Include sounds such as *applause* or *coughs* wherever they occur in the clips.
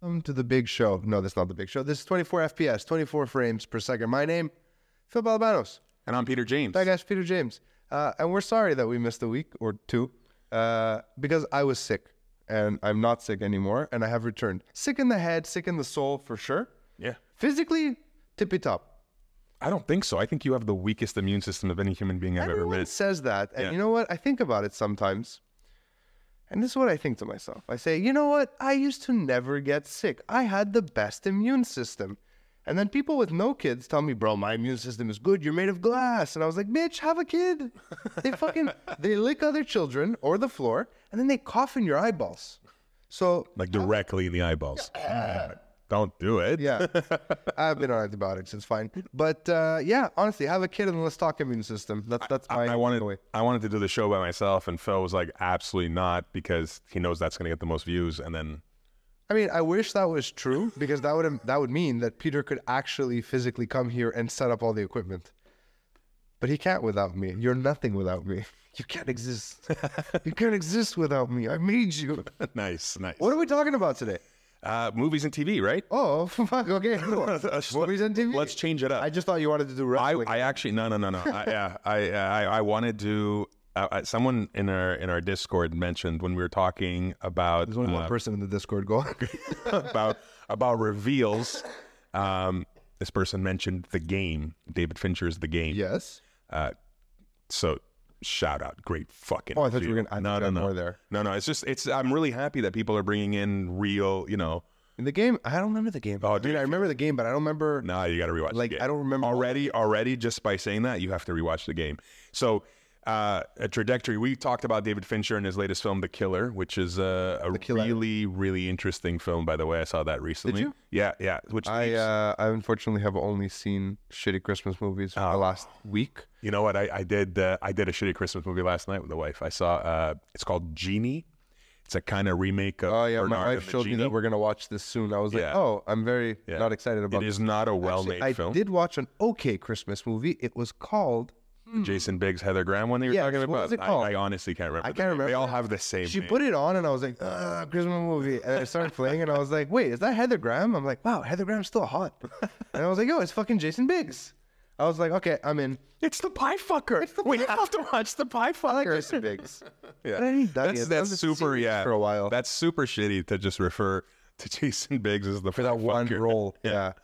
Welcome to the big show. No, that's not the big show. This is 24 FPS, 24 frames per second. My name, Phil Balabanos. And I'm Peter James. That guy's Peter James. Uh, and we're sorry that we missed a week or two uh, because I was sick and I'm not sick anymore and I have returned. Sick in the head, sick in the soul for sure. Yeah. Physically, tippy top. I don't think so. I think you have the weakest immune system of any human being I've ever Everyone met. says that. And Yeah. you know what? I think about it sometimes. And this is what I think to myself. I say, you know what? I used to never get sick. I had the best immune system. And then people with no kids tell me, bro, my immune system is good. You're made of glass. And I was like, bitch, have a *laughs* kid. They fucking, they lick other children or the floor, and then they cough in your eyeballs. So Like directly in the eyeballs. Mm-hmm. don't do it. *laughs* yeah, I've been on antibiotics. It's fine. But uh, yeah, honestly, have a kid and let's talk immune system. That's, that's I, my I wanted takeaway. I wanted to do the show by myself, and Phil was like, "Absolutely not," because he knows that's going to get the most views. And then, I mean, I wish that was true because that would that would mean that Peter could actually physically come here and set up all the equipment. But he can't without me. You're nothing without me. You can't exist. *laughs* you can't exist without me. I made you. nice, nice. *laughs* What are we talking about today? Uh, movies and TV, right? Oh, *laughs* fuck. Okay. cool. *laughs* Let's- Movies and TV. Let's change it up. I just thought you wanted to do I, wrestling. I actually no no no no I, yeah I I I wanted to uh, uh, someone in our in our Discord mentioned when we were talking about There's only uh, one person in the Discord. *laughs* Go on. *laughs* about about reveals. Um, this person mentioned the game, David Fincher's The Game. yes. So shout out, great fucking. Oh, I thought you were review. gonna- I no thought no you had no more there. no no. It's just it's I'm really happy that people are bringing in real you know. In the game, I don't remember the game. Oh, I mean, I remember the game, but I don't remember. Nah, you got to rewatch. Like, the game. I don't remember- already. Already, just by saying that, you have to rewatch the game. So, uh, a trajectory. We talked about David Fincher in his latest film, The Killer, which is a, a Killer. really, really interesting film. By the way, I saw that recently. you? Yeah, yeah. Which I leaves- uh, I unfortunately have only seen shitty Christmas movies for the last week. you know what? I, I did. Uh, I did a shitty Christmas movie last night with the wife. I saw. Uh, it's called Genie. It's a kind of remake of. Oh yeah, Bernard my and wife the showed me Genie. that we're gonna watch this soon. I was like, Yeah. oh, I'm very Yeah. not excited about. It is not a Actually, well-made I film. did watch an okay Christmas movie. It was called. Jason Biggs, Heather Graham, when they were Yes, talking what about. was it I- called? I, honestly can't remember. I the can't name. They remember. all have the same. She name. put it on, and I was like, Ugh, Christmas movie. And I started playing, and I was like, wait, is that Heather Graham? I'm like, wow, Heather Graham's still hot. And I was like, yo, it's fucking Jason Biggs. I was like, okay, I'm *laughs* in. It's the pie fucker. we have to watch the pie fucker. I like Jason Biggs. yeah. I need that that's yet. that's That was super. serious Yeah, for a while. That's super shitty to just refer to *laughs* Jason Biggs as the for that *laughs* One role, yeah.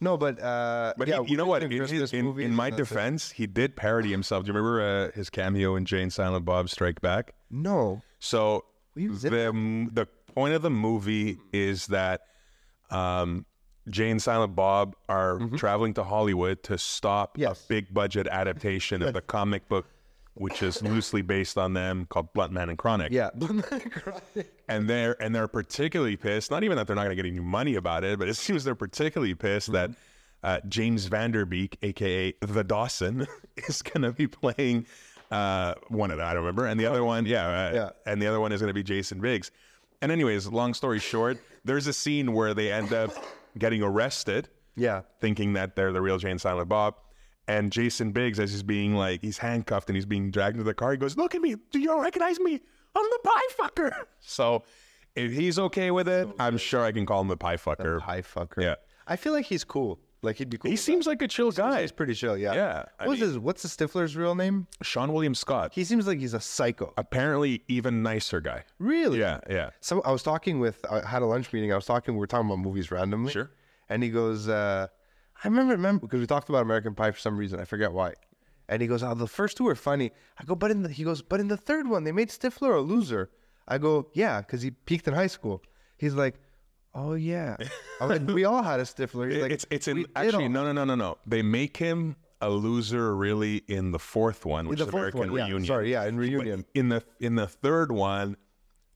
No, but uh, But yeah, he- you know what? In, his- Christmas in- in movies, my that's it. defense, he did parody himself. Do you remember uh, his cameo in Jane Silent Bob Strike Back? no, So you zip the m- the point of the movie is that um, Jay and Silent Bob are traveling to Hollywood to stop Mm-hmm. Yes. a big budget adaptation of the comic book, which is loosely based on them, called Blunt Man and Chronic. yeah, *laughs* And they're and they're particularly pissed. Not even that they're not going to get any money about it, *laughs* but it seems they're particularly pissed that. Uh, James Vanderbeek, aka the Dawson, *laughs* is going to be playing uh, one of them. I don't remember, and the other one, yeah, uh, Yeah. and the other one is going to be Jason Biggs. And anyways, long story short, there's a scene where they end up getting arrested, yeah. thinking that they're the real Jane Silent Bob. And Jason Biggs, as he's being like, he's handcuffed and he's being dragged into the car, he goes, Look at me. Do you all recognize me? I'm the pie fucker. *laughs* So if he's okay with it, I'm sure I can call him the pie fucker. High fucker. Yeah. I feel like he's cool. Like he'd be cool. He with seems like a chill that. guy. he's pretty chill. Yeah. Yeah, I What's his What's the Stifler's real name? Sean William Scott, He seems like he's a psycho. apparently even nicer guy. Really? Yeah, yeah. So I was talking with. I had a lunch meeting. I was talking. We were talking about movies randomly. Sure. And he goes. Uh, I remember, remember because we talked about American Pie for some reason. I forget why. And he goes, "Oh, the first two are funny." I go, "But in the," he goes, "But in the third one, they made Stifler a loser." I go, "Yeah, because he peaked in high school." He's like, "Oh yeah." I was like, we all had a Stifler. He's like, it's it's "We in did all." actually no no no no no. They make him a loser really in the fourth one, which the is fourth American one, yeah. Reunion. Sorry, yeah, in Reunion. But in the in the third one,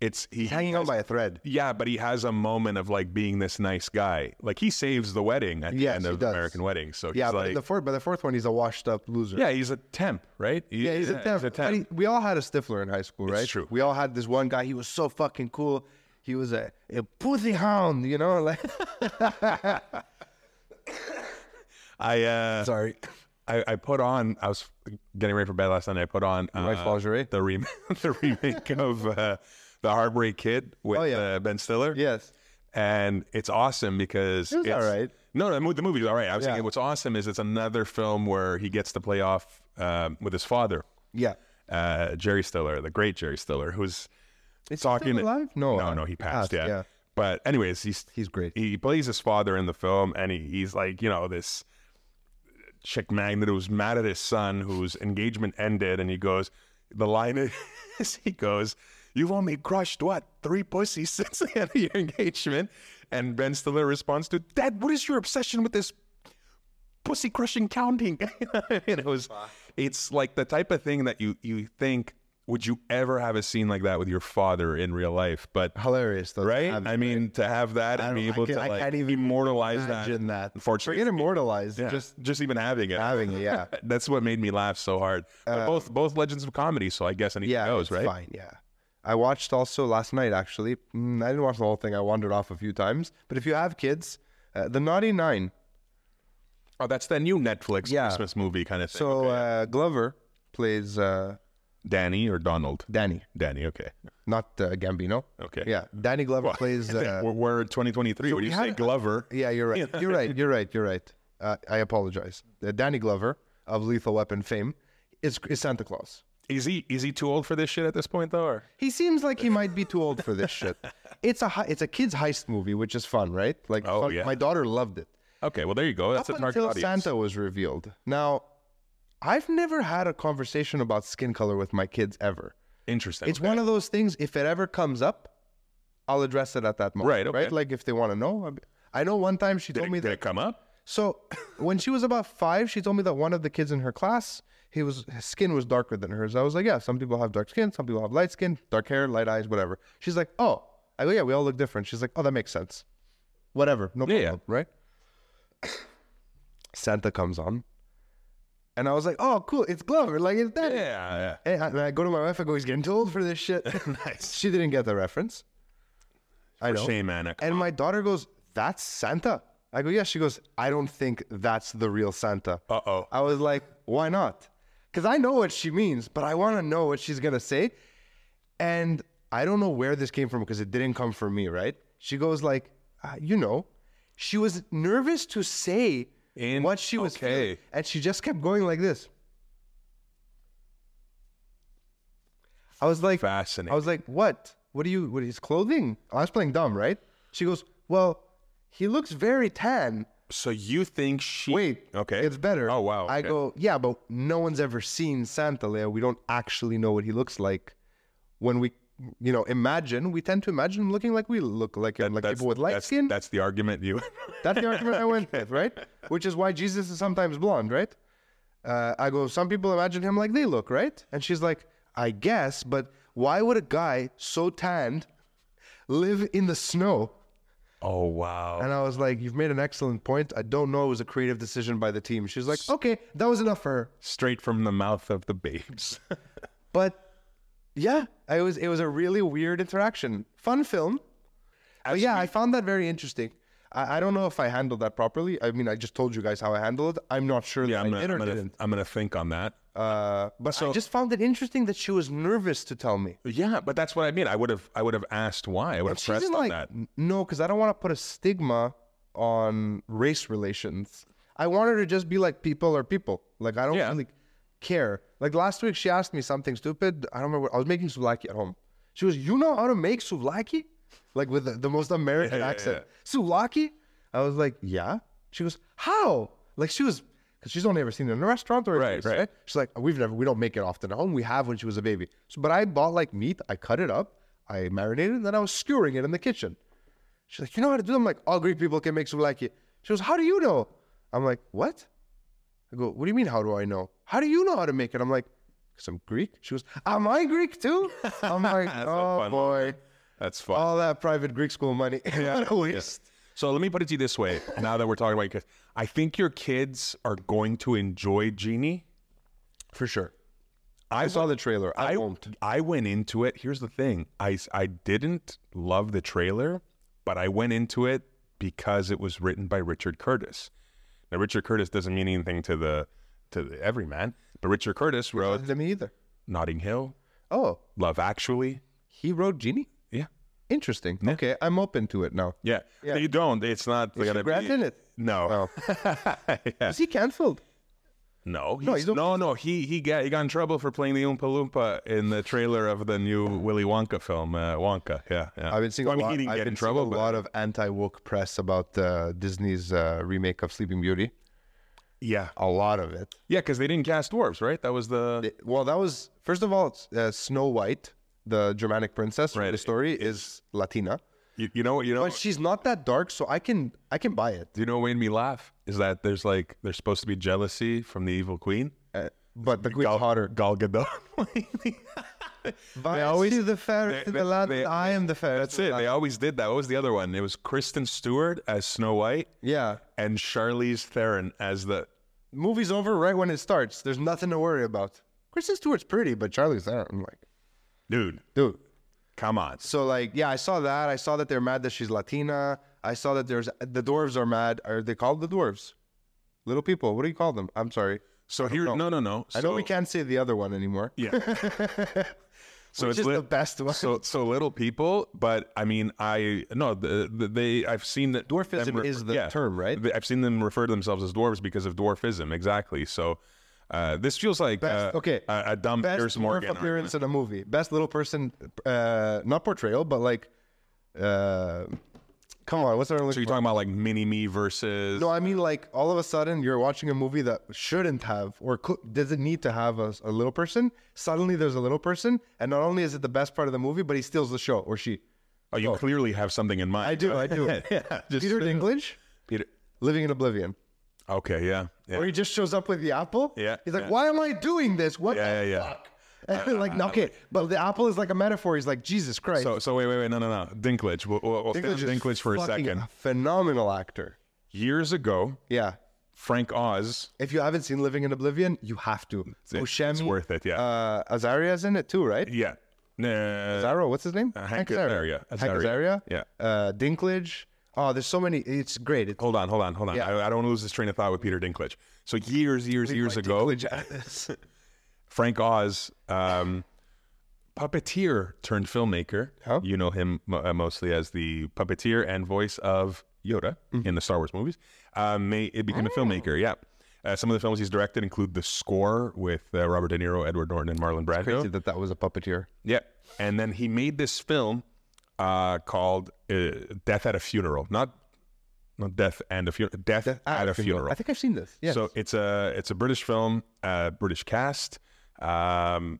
it's he hanging on by a thread. yeah, but he has a moment of like being this nice guy. Like he saves the wedding at Yes, the end he of does. American Wedding. So Yeah, he's but like the fourth, by the fourth one, he's a washed-up loser. yeah, he's a temp, right? He- Yeah, he's a temp. But he- we all had a Stifler in high school, right? true. We all had this one guy. He was so fucking cool. He was a, a pussy hound, you know? *laughs* Like, Uh-huh. I uh, sorry. *laughs* I, I put on. I was getting ready for bed last night. I put on uh, wife's lingerie? *laughs* the remake, the remake of uh, the Heartbreak Kid with Oh, yeah. uh, Ben Stiller. Yes. and it's awesome because It was it's, all right. No, no, the mo- the movie's all right. I was Yeah. thinking what's awesome is it's another film where he gets to play off um, with his father, Yeah. uh, Jerry Stiller, the great Jerry Stiller, who's It's Talking- still alive? No, no, uh, no, he passed, yeah. But anyways, he's He's great. he plays his father in the film, and he, he's like you know this chick magnet who's mad at his son whose engagement ended, and he goes the line is *laughs* he goes. You've only crushed what three pussies *laughs* since the end of your engagement, and Ben Stiller responds to, "Dad, what is your obsession with this pussy crushing counting. *laughs* and it was, it's like the type of thing that you you think, would you ever have a scene like that with your father in real life? But Hilarious, though. right, I'm- I mean, to have that don't- and be I able can't- to I like can't even immortalize that, Imagine that. Unfortunately, Forget immortalized. yeah, Just just just even having it. having it. *laughs* Yeah. Uh, That's what made me laugh so hard. But both both legends of comedy, so I guess anything yeah. goes, it's right? Fine. Yeah. I watched also last night, actually. Mm, I didn't watch the whole thing. I wandered off a few times. But if you have kids, uh, The Naughty Nine. Oh, that's that new Netflix Yeah. Christmas movie kind of thing. So uh, Glover plays uh, Danny or Donald? Danny, Danny, okay, not uh, Gambino. okay, Yeah. Danny Glover *laughs* plays. Uh, We're, we're 2023. when we you say had- Glover, yeah, you're right. You're *laughs* right. You're right. You're right. Uh, I apologize. Uh, Danny Glover of Lethal Weapon fame is, is Santa Claus. Is he is he too old for this shit at this point though? Or He seems like he might be too old for this *laughs* shit. It's a hi- it's a kids heist movie, which is fun, right? Like, Oh, fun- yeah. my daughter loved it. okay, well there you go. That's a Up target until audience. Santa was revealed. Now, I've never had a conversation about skin color with my kids ever. Interesting. It's one of those things. If it ever comes up, I'll address it at that moment. Right, okay. Right. Like if they want to know. I'll be- I know one time she did, told it, me did that. it come up? So *coughs* when she was about five, she told me that one of the kids in her class, he was his skin was darker than hers. I was like, yeah, some people have dark skin, some people have light skin, dark hair, light eyes, whatever. She's like, oh, I go, yeah, we all look different. She's like, oh, that makes sense. Whatever, no Yeah, problem, yeah. right? *coughs* Santa comes on, and I was like, oh, cool, it's Glover, like it's that. Yeah, And I, and I go to my wife, I go, he's getting too old for this shit. *laughs* yeah. *laughs* nice. she didn't get the reference. I For know. shame, Anna. And my daughter goes, That's Santa? I go, Yeah. She goes, I don't think that's the real Santa. Uh oh. I was like, Why not? Because I know what she means, but I want to know what she's going to say. And I don't know where this came from because it didn't come from me, right? She goes, like, uh, You know, she was nervous to say In- what she was okay. feeling, and she just kept going like this. I was like, Fascinating. I was like, what? What do you, what is clothing? I was playing dumb, right? She goes, well, he looks very tan. so you think she? Wait, Okay. It's better. Oh wow. I okay. go, yeah, but no one's ever seen Santa Lea. We don't actually know what he looks like. When we, you know, imagine, we tend to imagine him looking like we look like him, like That's- people with light that's, skin. That's the argument you. *laughs* That's the argument I went with, right? Which is why Jesus is sometimes blonde, right? Uh, I go, some people imagine him like they look, right? And she's like, I guess, but why would a guy so tanned live in the snow? oh wow. And I was like, you've made an excellent point. I don't know. It was a creative decision by the team. She's like, okay, that was enough for her. Straight from the mouth of the *laughs* babes. But yeah, it was it was a really weird interaction. Fun film. But yeah, I found that very interesting. I, I don't know if I handled that properly. I mean, I just told you guys how I handled it. I'm not sure yeah, that I'm I gonna, did or I'm, gonna, didn't. I'm gonna think on that. Uh, but I just found it interesting that she was nervous to tell me. Yeah, but that's what I mean. I would have, I would have asked why. I would have She pressed didn't on like that. "N- no, because I don't want to put a stigma on race relations. I want her to just be like people are people. Like I don't Yeah. really care. Like last week she asked me something stupid. I don't remember. what- I was making souvlaki at home. She was, you know how to make souvlaki? Like with the, the most American yeah, accent. Souvlaki? I was like, yeah. She goes, how? Like she was, because she's only ever seen it in a restaurant or a Right, place, right. She's like, we've never, we don't make it often at home. We have when she was a baby. So, but I bought like meat, I cut it up, I marinated, and then I was skewering it in the kitchen. She's like, you know how to do them? I'm like, all Greek people can make souvlaki. She goes, how do you know? I'm like, what? I go, what do you mean, how do I know? How do you know how to make it? I'm like, because I'm Greek. She goes, am I Greek too? *laughs* I'm like, That's a oh fun boy, That's fun. all that private Greek school money. *laughs* what a waste. So let me put it to you this way. *laughs* Now that we're talking about your kids, I think your kids are going to enjoy Genie. For sure. I I saw the trailer. I, won't. I went into it. Here's the thing. I s- I didn't love the trailer, but I went into it because it was written by Richard Curtis. Now Richard Curtis doesn't mean anything to the to the everyman, but Richard Curtis wrote Not to me either. Notting Hill, Oh, Love Actually. he wrote Genie? Yeah. Interesting. Okay, I'm open to it now. Yeah. Yeah. You don't. It's not Is gonna she Oh. Grant be. in it? No. Yeah. Is he canceled? No, No, he's- he's a- no, no. He he got he got in trouble for playing the Oompa Loompa in the trailer of the new Willy Wonka film, uh, Wonka. Yeah, yeah. I've been seeing Well, a I mean, lot, he didn't I've get been in seeing trouble, a but lot of anti woke press about uh, Disney's uh, remake of Sleeping Beauty. yeah, A lot of it. yeah, because they didn't cast dwarves, right? That was the It- Well, that was first of all, it's, uh, Snow White, the Germanic princess from Right, the story, is Latina, you, you know you know but she's not that dark, so I can I can buy it. do you know what made me laugh is that there's like there's supposed to be jealousy from the evil queen Uh, but the queen's hotter. Gal Gadot. *laughs* I always- see the fairest they- in they- the land. they- I am the fairest. That's it. They always did that. What was the other one? It was Kristen Stewart as Snow White Yeah. and Charlize Theron as the Movie's over right when it starts. There's nothing to worry about. Kristen Stewart's pretty, but Charlie's there. I'm like, dude. dude. Come on. So like, yeah, I saw that. I saw that they're mad that she's Latina. I saw that there's the dwarves are mad. Are they called the dwarves? Little people. What do you call them? I'm sorry. So here, no, no, no. I know we So- can't say the other one anymore. Yeah. so which it's is lit- the best one. so so little people, but I mean, I no, the, the, they I've seen that Dwarfism them is the yeah. term, right? They- I've seen them refer to themselves as dwarves because of dwarfism, exactly. So uh, this feels like Best- uh, okay. a, a dumb Best Piers dwarf Morgan argument. appearance in a movie. Best little person, uh, not portrayal, but like, uh, come on, what's the So you're talking about like mini me versus No, I mean like all of a sudden you're watching a movie that shouldn't have or cou- doesn't need to have a, a little person. Suddenly there's a little person, and not only is it the best part of the movie, but he steals the show or she. oh, you clearly have something in mind. I do, I do. *laughs* *laughs* yeah, just Peter Dinklage, Peter. living in oblivion, Okay, yeah, yeah. where he just shows up with the apple. Yeah, he's like, yeah. "Why am I doing this? What?" *laughs* Yeah, yeah, yeah. the fuck?" like, no, okay, but the apple is like a metaphor. He's like, "Jesus Christ." So, so wait, wait, wait, no, no, no. Dinklage. We'll, we'll, we'll stay on is Dinklage for a fucking second. phenomenal actor. Years ago, Yeah. Frank Oz. If you haven't seen Living in Oblivion, you have to. It's, It's worth it. Yeah, Uh, Azaria's in it too, right? yeah. Nah, Zaro, what's his name? Uh, Hank Azaria. Hank Azaria. Azaria. Yeah. Uh, Dinklage. Oh, there's so many. It's great. It's Hold on, hold on, hold on. Yeah. I, I don't want to lose this train of thought with Peter Dinklage. So years, years, years ago, *laughs* Dinklage. Frank Oz, um, puppeteer turned filmmaker. Huh? You know him mo- uh, mostly as the puppeteer and voice of Yoda in the Star Wars movies. Um, may, it became a filmmaker. Yeah. Uh, some of the films he's directed include The Score with uh, Robert De Niro, Edward Norton, and Marlon Brando. Crazy that that was a puppeteer. Yeah. And then he made this film uh, called uh, Death at a Funeral. Not not Death and a Funeral. Death, at a Funeral. I think I've seen this. Yeah. So, So it's a it's a British film, uh, British cast. Um,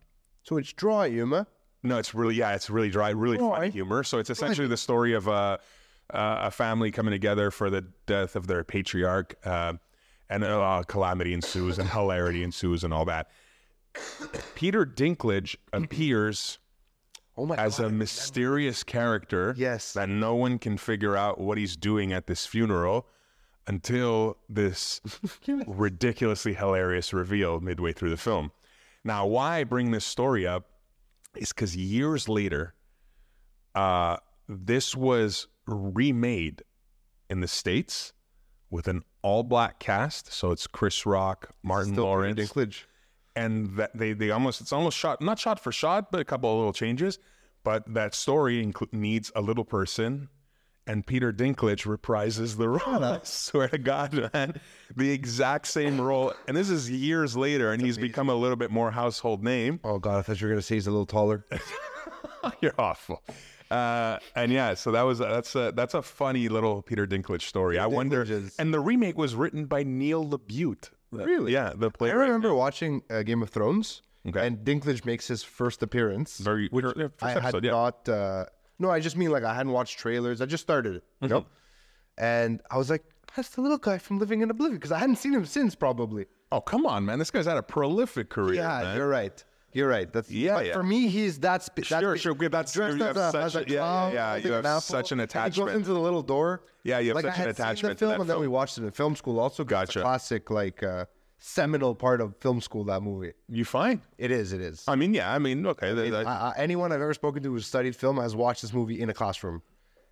it's dry humor. no, it's really yeah, it's really dry, really funny Right. humor. So it's essentially the story of a a family coming together for the death of their patriarch, uh, and a lot of calamity ensues and hilarity ensues and all that. Peter Dinklage appears Oh my as a mysterious character Yes. *laughs* that no one can figure out what he's doing at this funeral until this ridiculously hilarious reveal midway through the film. Now, why I bring this story up is because years later, uh, this was remade in the States with an all black cast. So it's Chris Rock, Martin Still Peter Lawrence, Dinklage. and that they they almost it's almost shot not shot for shot but a couple of little changes but that story inclu- needs a little person and peter dinklage reprises the role *laughs* i swear to god man the exact same role and this is years later and he's become a little bit more household name *laughs* Oh god, I thought you were gonna say he's a little taller. you're awful uh, and yeah so that was uh, that's a that's a funny little peter dinklage story i wonder Dinklage is- and the remake was written by neil labute Really? yeah the I player remember watching uh, Game of Thrones, Okay. and Dinklage makes his first appearance. very which, first I had episode, yeah. not. Uh, no, I just mean like I hadn't watched trailers. I just started it. You know? Mm-hmm. And I was like, that's the little guy from Living in Oblivion because I hadn't seen him since probably. Oh come on, man! This guy's had a prolific career. Yeah, man. you're right. You're right. That's Yeah, but yeah. For me, he's that. Spe- that Sure, spe- sure, yeah, that's- dressed you have as a- such as a- a yeah, clown, yeah, like you an have apple, such an and He attachment. goes into the little door. Yeah, you have like such I an had seen attachment to The film, that and then we watched it in film school also. 'cause it's a Gotcha. classic, like uh, seminal part of film school. That movie. You fine? It is. It is. I mean, yeah. I mean, okay. th- th- I, I, anyone I've ever spoken to who's studied film has watched this movie in a classroom.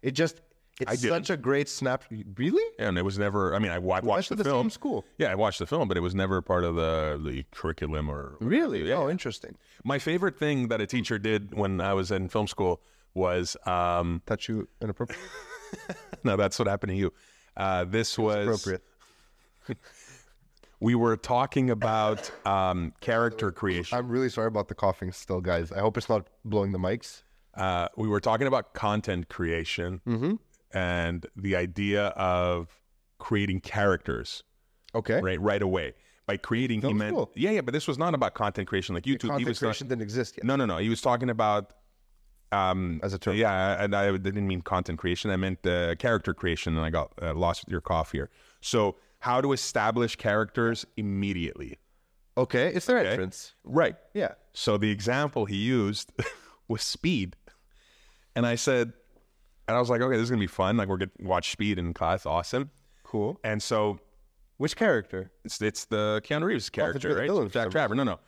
It just it's didn't. such a great snap. Really? and it was never. I mean, I wa- Went watched to the, film. same school. Yeah, I watched the film, but it was never part of the the curriculum or. Really? Oh, interesting. My favorite thing that a teacher did when I was in film school was um *laughs* Touch you inappropriate. no, that's what happened to you. Uh, this was Appropriate. we were talking about um, character creation. I'm really sorry about the coughing still, guys. I hope it's not blowing the mics. uh, we were talking about content creation Mm-hmm. and the idea of creating characters Okay. right right away by creating he Sounds meant cool. yeah yeah but this was not about content creation like YouTube he Content was not- creation didn't exist yet no no no he was talking about um as a term. yeah and I didn't mean content creation I meant uh, character creation and I got uh, lost with your cough here so how to establish characters immediately Okay. It's their entrance. right Yeah. So the example he used *laughs* was speed. And I said, and I was like, okay, this is gonna be fun. Like we're gonna watch speed in class, awesome. Cool. And so Which character? it's it's the Keanu Reeves character, Oh, Jack right? Dylan Jack character. Trapper. No, no.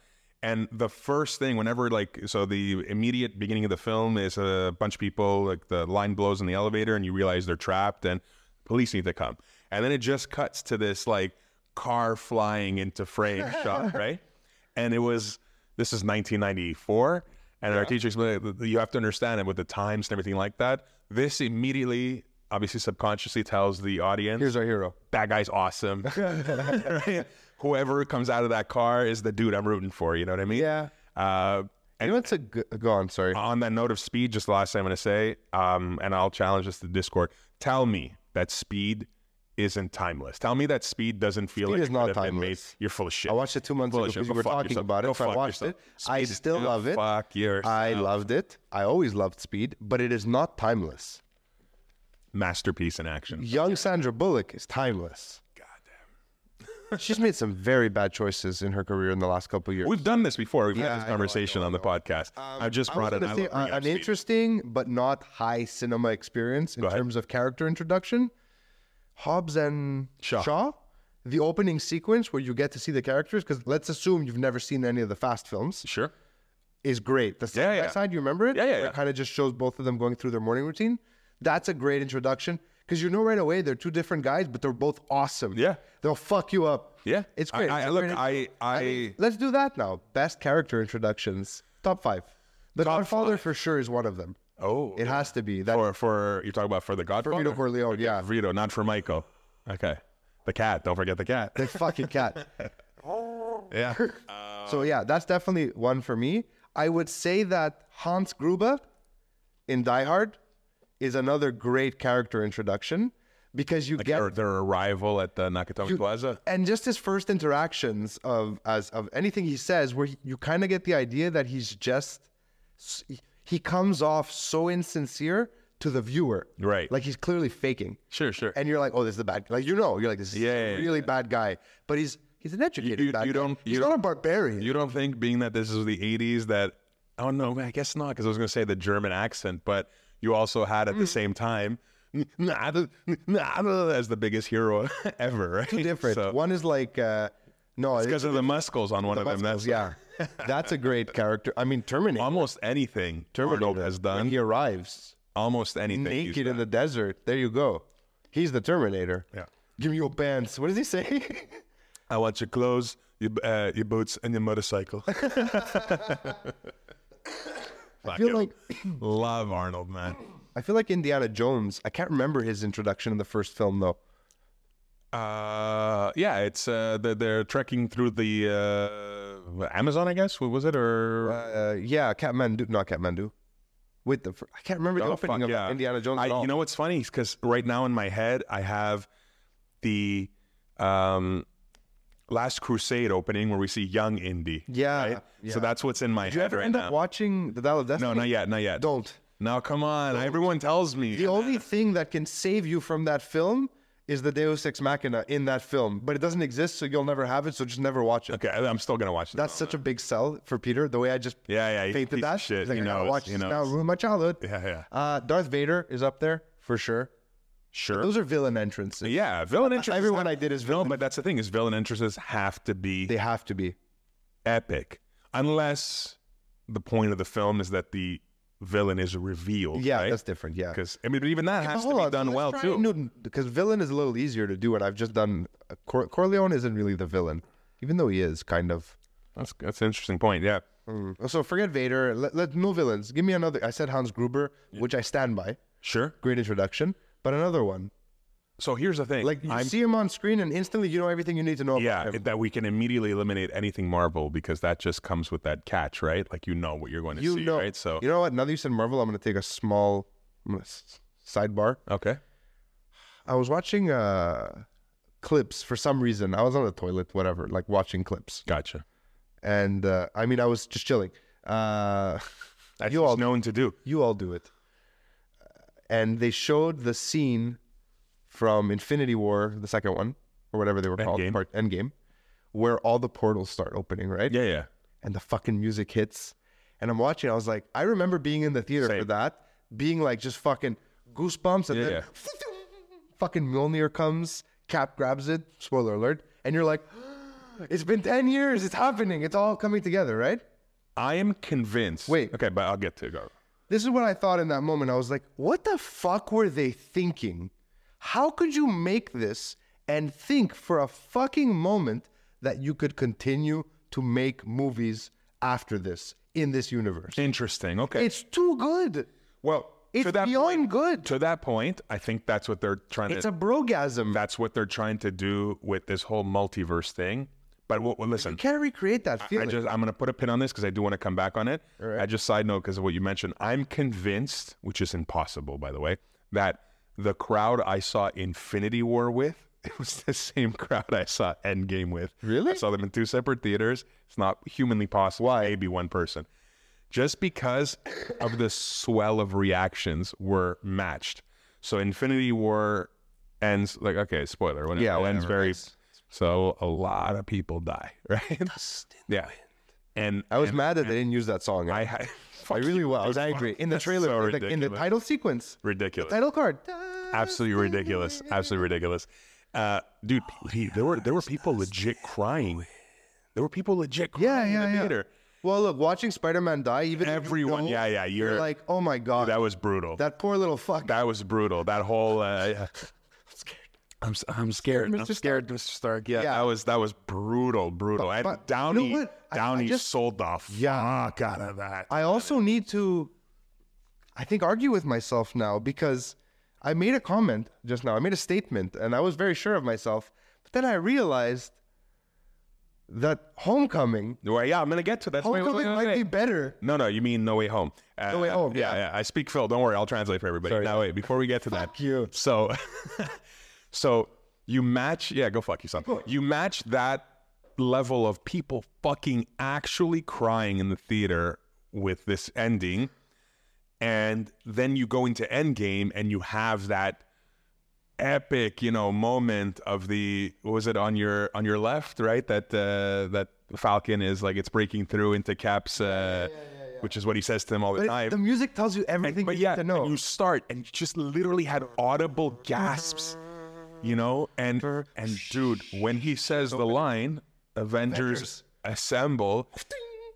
And the first thing, whenever like so the immediate beginning of the film is a bunch of people, like the line blows in the elevator and you realize they're trapped and police need to come. And then it just cuts to this like car flying into *laughs* frame shot, right? And it was this is 1994. And our teachers, you have to understand it with the times and everything like that. This immediately, obviously subconsciously, tells the audience Here's our hero. that *laughs* guy's awesome. Right? Whoever comes out of that car is the dude I'm rooting for. You know what I mean? Yeah. Uh, And you know what's a g- go on? Sorry. on that note of speed, just the last thing I'm going to say, um, and I'll challenge this to Discord. Tell me that speed isn't timeless. Tell me that speed doesn't feel Speed like is it not could have been made. timeless. You're full of shit. I watched it two months Full ago of shit. because Go you were fuck talking yourself. about it. Go so I fuck watched yourself. it. I Speed is- still go love it. Fuck yours. I loved it. I always loved Speed, but it is not timeless. Masterpiece in action. Young Sandra Bullock is timeless. Goddamn. She's made some very bad choices in her career in the last couple of years. We've done this before. We've Yeah, had I this know, I conversation know, I on the know. podcast. Um, I've just I brought was it. gonna I say, love uh, bringing up an speed. interesting but not high cinema experience in ahead. terms of character introduction. Hobbs and Shaw. the opening sequence where you get to see the characters, because let's assume you've never seen any of the Fast films, Sure. is great. The side Yeah, by yeah. side, you remember it? Yeah, yeah, Where yeah. It kind of just shows both of them going through their morning routine. That's a great introduction because you know right away they're two different guys, but they're both awesome. Yeah. they'll fuck you up. Yeah. it's great. I, I, It's a look, great- I, I, Let's do that now. Best character introductions. Top five. The Godfather for sure is one of them. oh, It has to be. That for for you're talking about for the Godfather, Vito Corleone, yeah. Vito, not for Michael. Okay, the cat. Don't forget the cat. The fucking *laughs* cat. *laughs* yeah, Uh. so yeah, that's definitely one for me. I would say that Hans Gruber in Die Hard is another great character introduction because you get their, their arrival at the Nakatomi Plaza. and just his first interactions of as of anything he says where he- you kind of get the idea that he's just s- he comes off so insincere to the viewer Right. like he's clearly faking Sure, sure. and you're like oh this is the bad like you know you're like this is Yeah, a yeah, really bad guy but he's he's an educated you- bad you guy. don't- he's you not don't- a barbarian you don't think being that this is the '80s that oh no, I guess not because I was going to say the German accent, but you also had Mm. at the same time. as the biggest hero *laughs* ever, right? Two different So, one is like uh no it- because of the muscles on one of them. That's *laughs* yeah that's a great character i mean terminator almost anything Arnold has when done. he arrives Almost anything. he's naked in the desert. There you go. He's the Terminator. Yeah. Give me your pants. What does he say? *laughs* I want your clothes, your uh, your boots, and your *laughs* motorcycle. *laughs* I feel like *clears throat* Love Arnold, man. I feel like Indiana Jones. I can't remember his introduction in the first film though. Uh, yeah, it's uh, they're, they're trekking through the uh, Amazon, I guess. What was it or Uh, yeah, Kathmandu. Not Kathmandu. Wait, the fir- I can't remember the Oh, opening fuck, of yeah. Indiana Jones I, at all. You know what's funny? Because right now in my head, I have the um, Last Crusade opening where we see young Indy. yeah. yeah. So that's what's in my Do you head ever right end now. up watching the Dial of Destiny? no, not yet, not yet. Don't. Now, come on. Everyone tells me. The *laughs* only thing that can save you from that film is the Deus Ex Machina in that film, but it doesn't exist, so you'll never have it. So just never watch it. okay, I- I'm still gonna watch that. That's such a big sell for Peter. The way I just Yeah, yeah. he's a fainted piece of that shit. He's like, he I gotta knows. watch he this knows. now, ruin my childhood. Yeah, yeah. Uh, Darth Vader is up there for sure. Sure. Those are villain entrances. yeah, villain entrances. Uh, Everyone I did is no, villain. but that's the thing is villain entrances have to be They have to be. epic, unless the point of the film is that the villain is revealed. Yeah, right? that's different. Yeah. because I mean, but even that has to Hold be on, done let's well try too. Newton, because villain is a little easier to do, and I've just done. Cor- Corleone isn't really the villain, even though he is kind of. That's that's an interesting point. Yeah. Mm. So forget Vader. Let, let no villains. Give me another. I said Hans Gruber, which I stand by. Sure. Great introduction, but another one. So here's the thing. Like you see him on screen, and instantly you know everything you need to know. yeah, about him. it- that we can immediately eliminate anything Marvel because that just comes with that catch, right? Like you know what you're going to you see, know. right? So you know what? Now that you said Marvel, I'm gonna take a small I'm gonna s- sidebar. okay. I was watching uh, clips for some reason. I was on the toilet, whatever, like watching clips, Gotcha. and uh, I mean, I was just chilling. Uh, *laughs* That's you just all known to do. You all do it. Uh, And they showed the scene from Infinity War, the second one, or whatever they were called, Endgame. part Endgame, where all the portals start opening, right? Yeah, yeah. And the fucking music hits. And I'm watching. I was like, I remember being in the theater for Same. that, being like just fucking goosebumps, and Yeah, then *laughs* fucking Mjolnir comes, Cap grabs it. Spoiler alert! And you're like, *gasps* it's been ten years. It's happening. It's all coming together, right? I am convinced. Wait. Okay, but I'll get to it. Go. This is what I thought in that moment. I was like, what the fuck were they thinking? How could you make this and think for a fucking moment that you could continue to make movies after this in this universe? Interesting. Okay. It's too good. well, It's to that beyond point, good. to that point, I think that's what they're trying to It's a brogasm. that's what they're trying to do with this whole multiverse thing. But w- well, listen, You can't recreate that I feeling. just I'm gonna put a pin on this because I do want to come back on it. I just side note because of what you mentioned. I'm convinced, which is impossible by the way, that the crowd I saw Infinity War with *laughs* it was the same crowd I saw Endgame with. Really? I saw them in two separate theaters. It's not humanly possible. Why? Maybe one person. Just because of the swell of reactions were matched. So Infinity War ends like okay, spoiler. When it Yeah, ends whatever, very it's- so a lot of people die, *laughs* right? Yeah. And I was mad that they didn't use that song. I, *laughs* I had really was. I was angry in the That's trailer, so like, in the ridiculous. title sequence, ridiculous. title card. Absolutely ridiculous. Absolutely ridiculous. Uh, dude, Oh pe- there were there were people legit crying. There were people legit crying Yeah, in yeah, the yeah. theater. Well, look, watching Spider-Man die, even if you Everyone, know, yeah, yeah, you're, you're like, oh my god, that was brutal. That That, poor little fuck. was brutal. That whole uh, yeah. I'm s- I'm scared. I'm Mr. Stark. scared, Mr. Stark. Yeah, Yeah. that was that was brutal, brutal. And but you know Downey, what? I- I Downey just- sold off. Yeah. fuck out of that. I also need to, I think, argue with myself now because I made a comment just now. I made a statement and I was very sure of myself. But then I realized that Homecoming, Well, yeah, I'm gonna get to that. Wait, wait, Homecoming wait, Oh, might wait. be better. No, no, you mean No Way Home. Uh, Way Home, Yeah, yeah. I speak Phil. Don't worry, I'll translate for everybody. now, wait, before we get to that, you. So, *laughs* so you match. Yeah, go fuck yourself. You match that level of people fucking actually crying in the theater with this ending, and then you go into Endgame and you have that epic, you know, moment of the what was it on your on your left, right? That uh, that Falcon is like it's breaking through into Cap's, uh, which is what he says to him all the But time. the music tells you *laughs* everything but you yeah, need to and know. you start and you just literally had audible gasps, you know, and and dude, when he says the line, Avengers, assemble,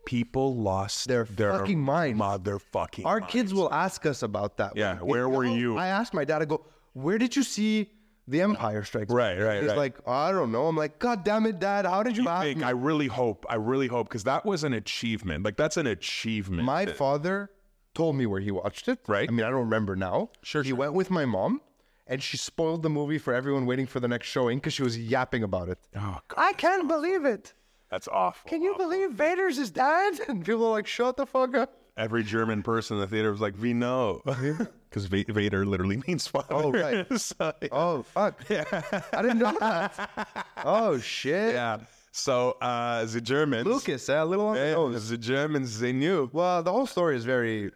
people lost Their fucking minds. motherfucking Our minds. kids will ask us about that. Yeah, They *laughs* where were go- you? I asked my dad, I go, where did you see the Empire Strikes? Back?" Right, right, He's right. like, I don't know. I'm like, God damn it, Dad, how did you, You ask think- me? I really hope, I really hope, because that was an achievement. Like that's an achievement. My father told me where he watched it. Right. I mean, I don't remember now. Sure, He sure. went with my mom, and she spoiled the movie for everyone waiting for the next showing because she was yapping about it. oh, God, I can't believe it. that's awful. Can you believe Vader's his dad? *laughs* And people are like, shut the fuck up. Every German person in the theater was like, "We *laughs* know," *laughs* because Vader literally *laughs* means father. *laughs* Oh, right. So, Oh fuck! I didn't know that. Oh shit! yeah. So uh, the Germans, Lucas, eh, a little on the Yeah, nose. the Germans, they knew. Well, the whole story is very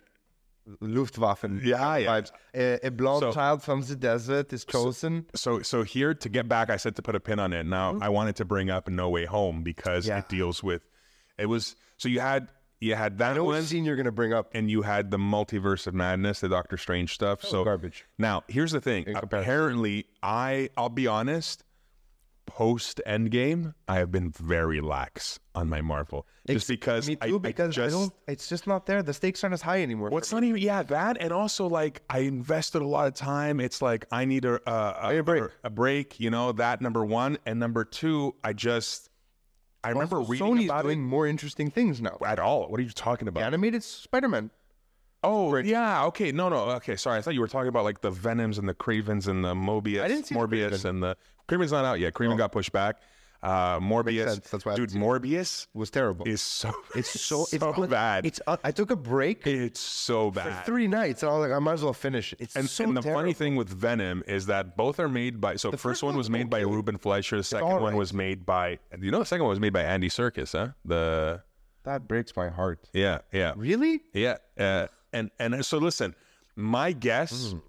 Luftwaffen Yeah, yeah. vibes. A, a blonde So- child from the desert is chosen. So, so here to get back, I said to put a pin on it. Now, I wanted to bring up No Way Home because Mm-hmm. Yeah. it deals with. It was so you had you had that I know one, what scene you're gonna bring up. and you had the multiverse of madness, the Doctor Strange stuff. So garbage. Now, here's the thing. Apparently, I I'll be honest. Post Endgame, I have been very lax on my Marvel, just because Me I- too, I, because I just don't. It's just not there. The stakes aren't as high anymore. What's not even yeah that and also like I invested a lot of time. It's like I need a a, a, a break. a break, you know that number one and number two. I just I remember Also, reading Sony's about doing more interesting things now. it at all. What are you talking about? Animated Spider-Man. Oh, yeah. Okay. No, no. Okay. Sorry. I thought you were talking about like the Venoms and the Cravens and the Mobius. I didn't see the Oh. Morbius and the Craven's not out yet. Craven got pushed back. Uh, Morbius. sense. That's why I Dude, haven't Morbius It was terrible. is so. *laughs* it's so, it's so bad. It's uh, I took a break It's so for bad. three nights, and I was like, I might as well finish it. It's And, so and the terrible. funny thing with Venom is that both are made by. So the first, first one one's was made by Ruben Fleischer. The second all one right. was made by. You know, the second one was made by Andy Serkis, huh? The that breaks my heart. yeah, yeah. Really? Yeah, uh, and and so listen, my guess, Mm.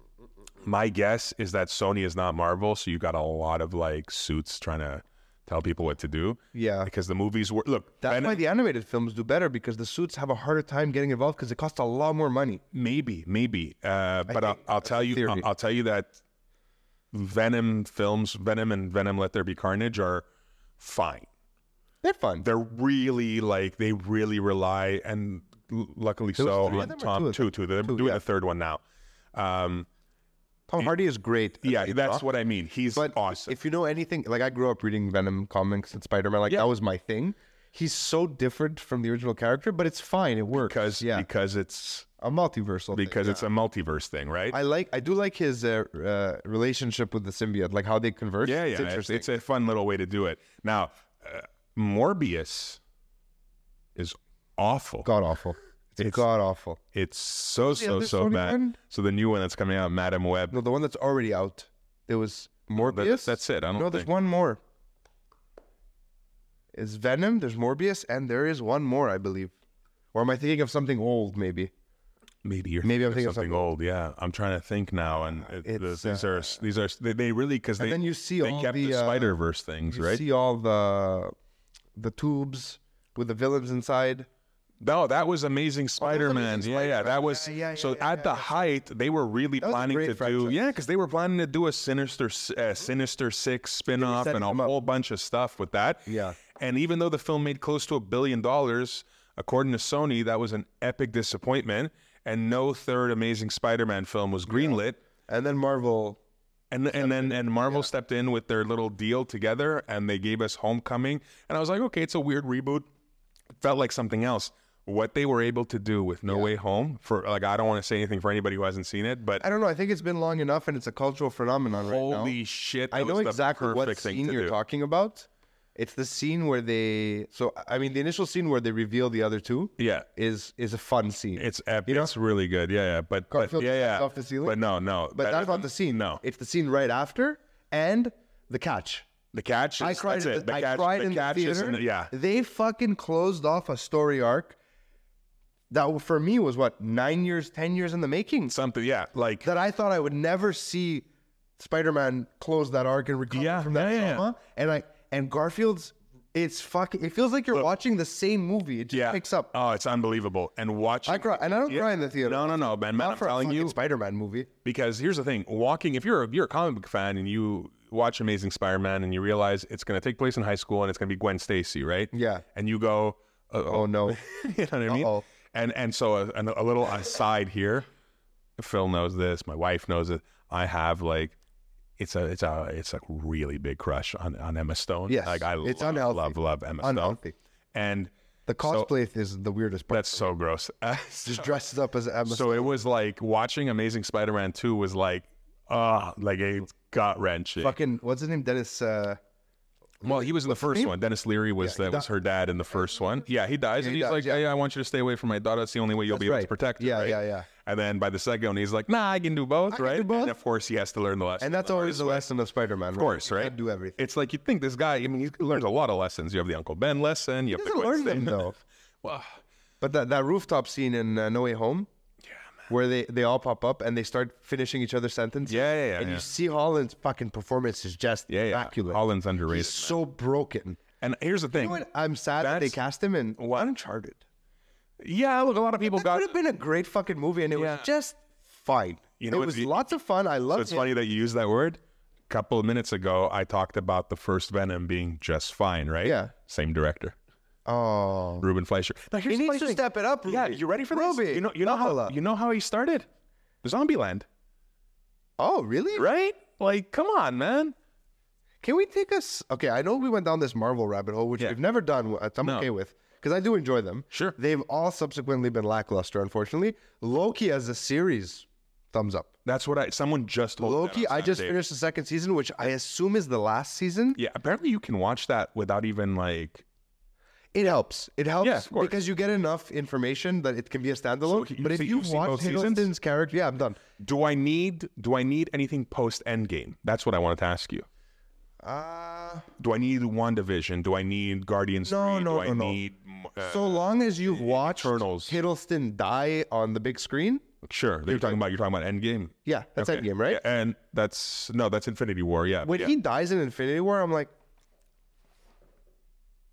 my guess is that Sony is not Marvel, so you got a lot of like suits trying to tell people what to do. Yeah. because the movies were look. That's Ven- why the animated films do better because the suits have a harder time getting involved because it costs a lot more money. maybe, maybe, uh, but I'll, think I'll that's tell the you, I'll, theory. I'll tell you that Venom films, Venom and Venom: Let There Be Carnage are fine. They're fun. They're really like they really rely, and l- luckily was so three of on them or Tom two two, of them? two. They're Two, doing yeah. the third one now. Um, Tom Hardy is great. at yeah, Big that's Rock, what I mean. He's But awesome. if you know anything, like I grew up reading Venom comics and Spider Man, like that was my thing. He's so different from the original character, but it's fine. It works. because yeah, because it's a multiversal. thing. because it's a multiverse thing, right? I like I do like his uh, uh, relationship with the symbiote, like how they converse. yeah, yeah. It's It's, interesting. it's a fun little way to do it. Now, uh, Morbius is awful. god awful. It's, It's- god awful. It's so so other so Sony bad. one? So the new one that's coming out, Madam Web. No, the one that's already out. There was that- Morbius. that's it. I don't no, there's think. one more. Is Venom? There's Morbius, and there is one more, I believe. Or am I thinking of something old? Maybe. Maybe you're Maybe I'm thinking of of something, old. Yeah, I'm trying to think now, and it, the, It's, uh, these are these are they, they really because And they then you see they all kept the, the, uh, Spider Verse things, You right? see all the the tubes with the villains inside. No, that was Amazing Spider-Man. Oh, Amazing yeah, yeah, that was. Yeah, yeah, so yeah, at the height, they were really was a planning great to do. franchise. Mm-hmm. Yeah, because they were planning to do a Sinister, S- uh, Sinister Six spin-off set and a them up. whole bunch of stuff with that. Yeah. And even though the film made close to a billion dollars, according to Sony, that was an epic disappointment, and no third Amazing Spider-Man film was greenlit. And then Marvel. And and then and Marvel stepped in with their little deal together, and they gave us Homecoming, and I was like, okay, it's a weird reboot. It felt like something else. What they were able to do with No Way Home for like, I don't want to say anything for anybody who hasn't seen it, but I don't know. I think it's been long enough, and it's a cultural phenomenon right now. holy shit, that I know was the exactly what perfect thing scene to you're do. talking about. It's the scene where they. So I mean, the initial scene where they reveal the other two Yeah, is is a fun scene. it's epic. It's really good. Yeah, yeah, but, but Garfield yeah, yeah, jumps off the ceiling? but no, no, but that- that's not the scene. No, it's the scene right after and the catch. the catch. Is, I cried. that's at it. The, I catch, cried the in catch the is theater. in the- yeah, they fucking closed off a story arc that for me was what nine years, ten years in the making. something. Yeah, like That I thought I would never see Spider-Man close that arc and recover Yeah, from that yeah, yeah, yeah. trauma. And I and Garfield's, it's fucking. It feels like you're watching the same movie. It just yeah, picks up. Oh, it's unbelievable. And watch. I cry, and I don't Yeah. cry in the theater. No, no, no, man. man I'm Not for a telling fucking you, Spider-Man movie. because here's the thing: walking. If you're a, you're a comic book fan and you watch Amazing Spider-Man and you realize it's going to take place in high school and it's going to be Gwen Stacy, right? Yeah. And you go, Oh no. *laughs* you know what I mean? Uh-oh. And and so a, an- a little aside here. Phil knows this. My wife knows it. I have like. It's a it's a it's a really big crush on, on Emma Stone. Yes. like I It's love, unhealthy. love love Emma Unhealthy. Stone, and The cosplay is the weirdest part. that's so gross. *laughs* Just dresses up as Emma. So it was like watching Amazing Spider-Man 2 was like, ah, like it's gut wrenching. fucking what's his name? Dennis. Uh, Well, he was in the first one. Dennis Leary was that was her dad in the first one. Yeah, he dies, and he's dies, like, yeah. I want you to stay away from my daughter. That's the only way you'll be able to right. protect her. Yeah, right? yeah, yeah. And then by the second one, he's like, Nah, I can do both, right? do both. And of course, he has to learn the lesson. and that's always the lesson of Spider-Man. Of course, right? do everything. it's like you think this guy. I mean, he learns a lot of lessons. You have the Uncle Ben lesson. You have He the doesn't learn them though. Well, But that, that rooftop scene in uh, No Way Home, where they, they all pop up and they start finishing each other's sentences. *sighs* Yeah, yeah, yeah, And yeah. you see Holland's fucking performance is just yeah, yeah. immaculate. Holland's underrated. He's so broken. and here's the thing. You know what? I'm sad that they That's- cast him in What? Uncharted. yeah, look, a lot of people That got. would have been a great fucking movie, and it Yeah. was just fine. You know it what was the- lots of fun. I So loved it's it. funny that you use that word. A couple of minutes ago, I talked about the first Venom being just fine, right? Yeah. Same director, Oh, Ruben Fleischer. Now here's he the needs funny to thing. step it up. Ruby. Yeah, you ready for Ruby, this? You know, you know how Lahala. you know how he started? Zombieland, Oh, really? right? Like, come on, man. Can we take us? Okay, I know we went down this Marvel rabbit hole, which Yeah. we've never done. which I'm No. okay with because I do enjoy them. Sure. They've all subsequently been lackluster, unfortunately. Loki as a series, thumbs up. That's what I. Someone just looked that Loki, up, I Sam just Dave. finished the second season, which I assume is the last season. Yeah, apparently you can watch that without even like. It helps. It helps Yeah, of course. because you get enough information that it can be a standalone. So you- but if so you you've seen watch both seasons? Hiddleston's character, yeah, I'm done. Do I need? Do I need anything post Endgame? That's what I wanted to ask you. Uh, Do I need One Division? Do I need Guardians? No, 3? no, Do I no, no. need, uh, so long as you've watched Eternals. Hiddleston die on the big screen, sure. That you're talking about. You're talking about Endgame. yeah, that's Okay. Endgame, right? Yeah, and that's no, that's Infinity War. Yeah. When yeah. he dies in Infinity War, I'm like,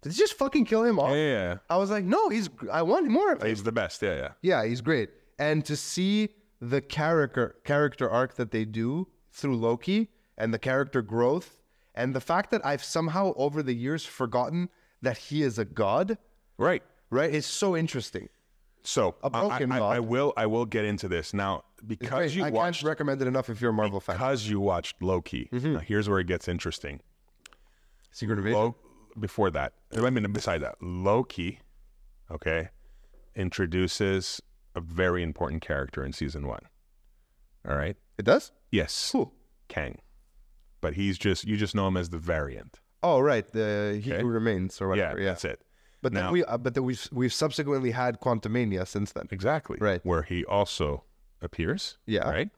did they just fucking kill him off? Oh, yeah, yeah, I was like, no, he's. gr- I want more of yeah. him. he's the best. Yeah, yeah. Yeah, he's great. And to see the character character arc that they do through Loki and the character growth and the fact that I've somehow over the years forgotten that he is a god, Right. right? Is so interesting. So A I- I- broken I, I, God. will. I will get into this now because Great. you I watched can't recommend it enough if you're a Marvel fan. because you watched Loki. Mm-hmm. Now here's where it gets interesting. Secret Invasion. Lo- before that, I mean, beside that, Loki, okay, introduces a very important character in season one. All right. It does. Yes. Kang. But he's just you just know him as the variant. Oh right, the he who remains or Yeah, whatever. Yeah, that's it. But then Now- we, uh, but then we've we've subsequently had Quantumania since then. Exactly. Right. Where he also appears. Yeah. Right.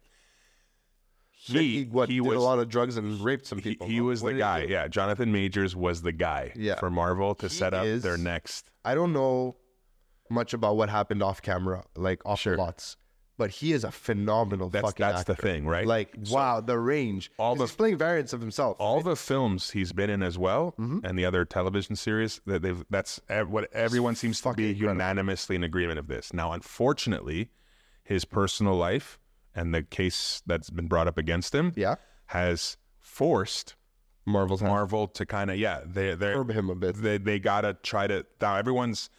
he, what, did a lot of drugs and raped some he, people. he no? was What the did- guy. Yeah, Jonathan Majors was the guy Yeah. for Marvel to set up is- their next. I don't know much about what happened off camera, like off the lots, but he is a phenomenal That's fucking that's actor. the thing, right? Like wow, the range. all 'Cause the- he's playing variants of himself. all the films he's been in as well, Mm-hmm. and the other television series that they've that's ev- what everyone seems to be unanimously in agreement of this. Now, unfortunately, his personal life and the case that's been brought up against him yeah, has forced Marvel's hand. Marvel to kind of yeah they they Curb him a bit. they they gotta try to now everyone's